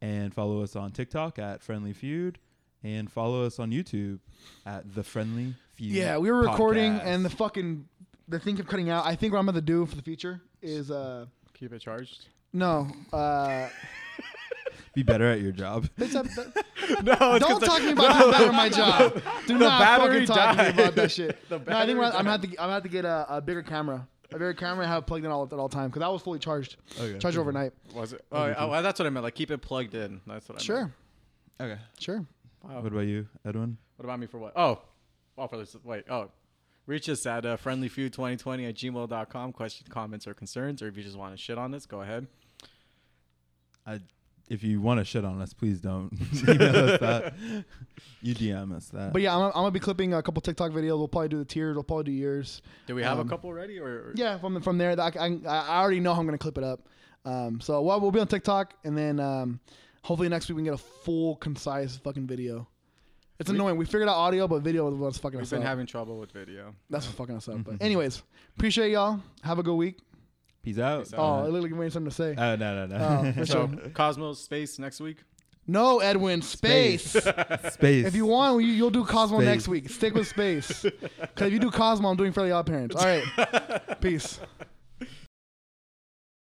and follow us on TikTok at Friendly Feud, and follow us on YouTube at the Friendly Feud. Yeah, we were recording, Podcast. and the fucking the thing kept cutting out. I think what I'm gonna do for the future is uh keep it charged. no uh be better at your job. <laughs> it's a- <laughs> th- no, it's 'cause don't the- talk <laughs> to me about how bad at my job. Do not battery fucking talk to me died. about that shit. <laughs> The no, I think battery we're- I'm gonna have to I'm gonna have to get a, a bigger camera, a bigger camera, and have it plugged in all at all time because I was fully charged, Okay. charged overnight. Was it? Oh, yeah, oh, that's what I meant. Like keep it plugged in. That's what I meant. Sure, Okay. sure. What about you, Edwin? What about me for what? Oh, oh, for this. Wait. Oh, reach us at uh, friendlyfeud2020 at gmail.com. Questions, comments, or concerns, or if you just want to shit on us, go ahead. I, if you want to shit on us, please <laughs> don't email us that. You DM us that. But yeah, I'm, I'm gonna be clipping a couple TikTok videos. We'll probably do the tiers. We'll probably do yours. Do we have a couple already? Or or- Um, Yeah, from the, from there, I, I, I already know how I'm gonna clip it up. Um, so well, we'll be on TikTok, and then um, hopefully next week we can get a full, concise fucking video. It's annoying. We figured out audio, but video was what's fucking we've us been up. having trouble with video. That's what's fucking us up. But anyways, appreciate y'all. Have a good week. Peace out. Oh, it looked like you had something to say. Oh, no, no, Oh, no. <laughs> for So sure. Cosmos Space next week. No, Edwin, space. Space. if you want, you, you'll do Cosmo Space. <laughs> next week. Stick with space. Because if you do Cosmo, I'm doing fairly odd parents. All right. Peace.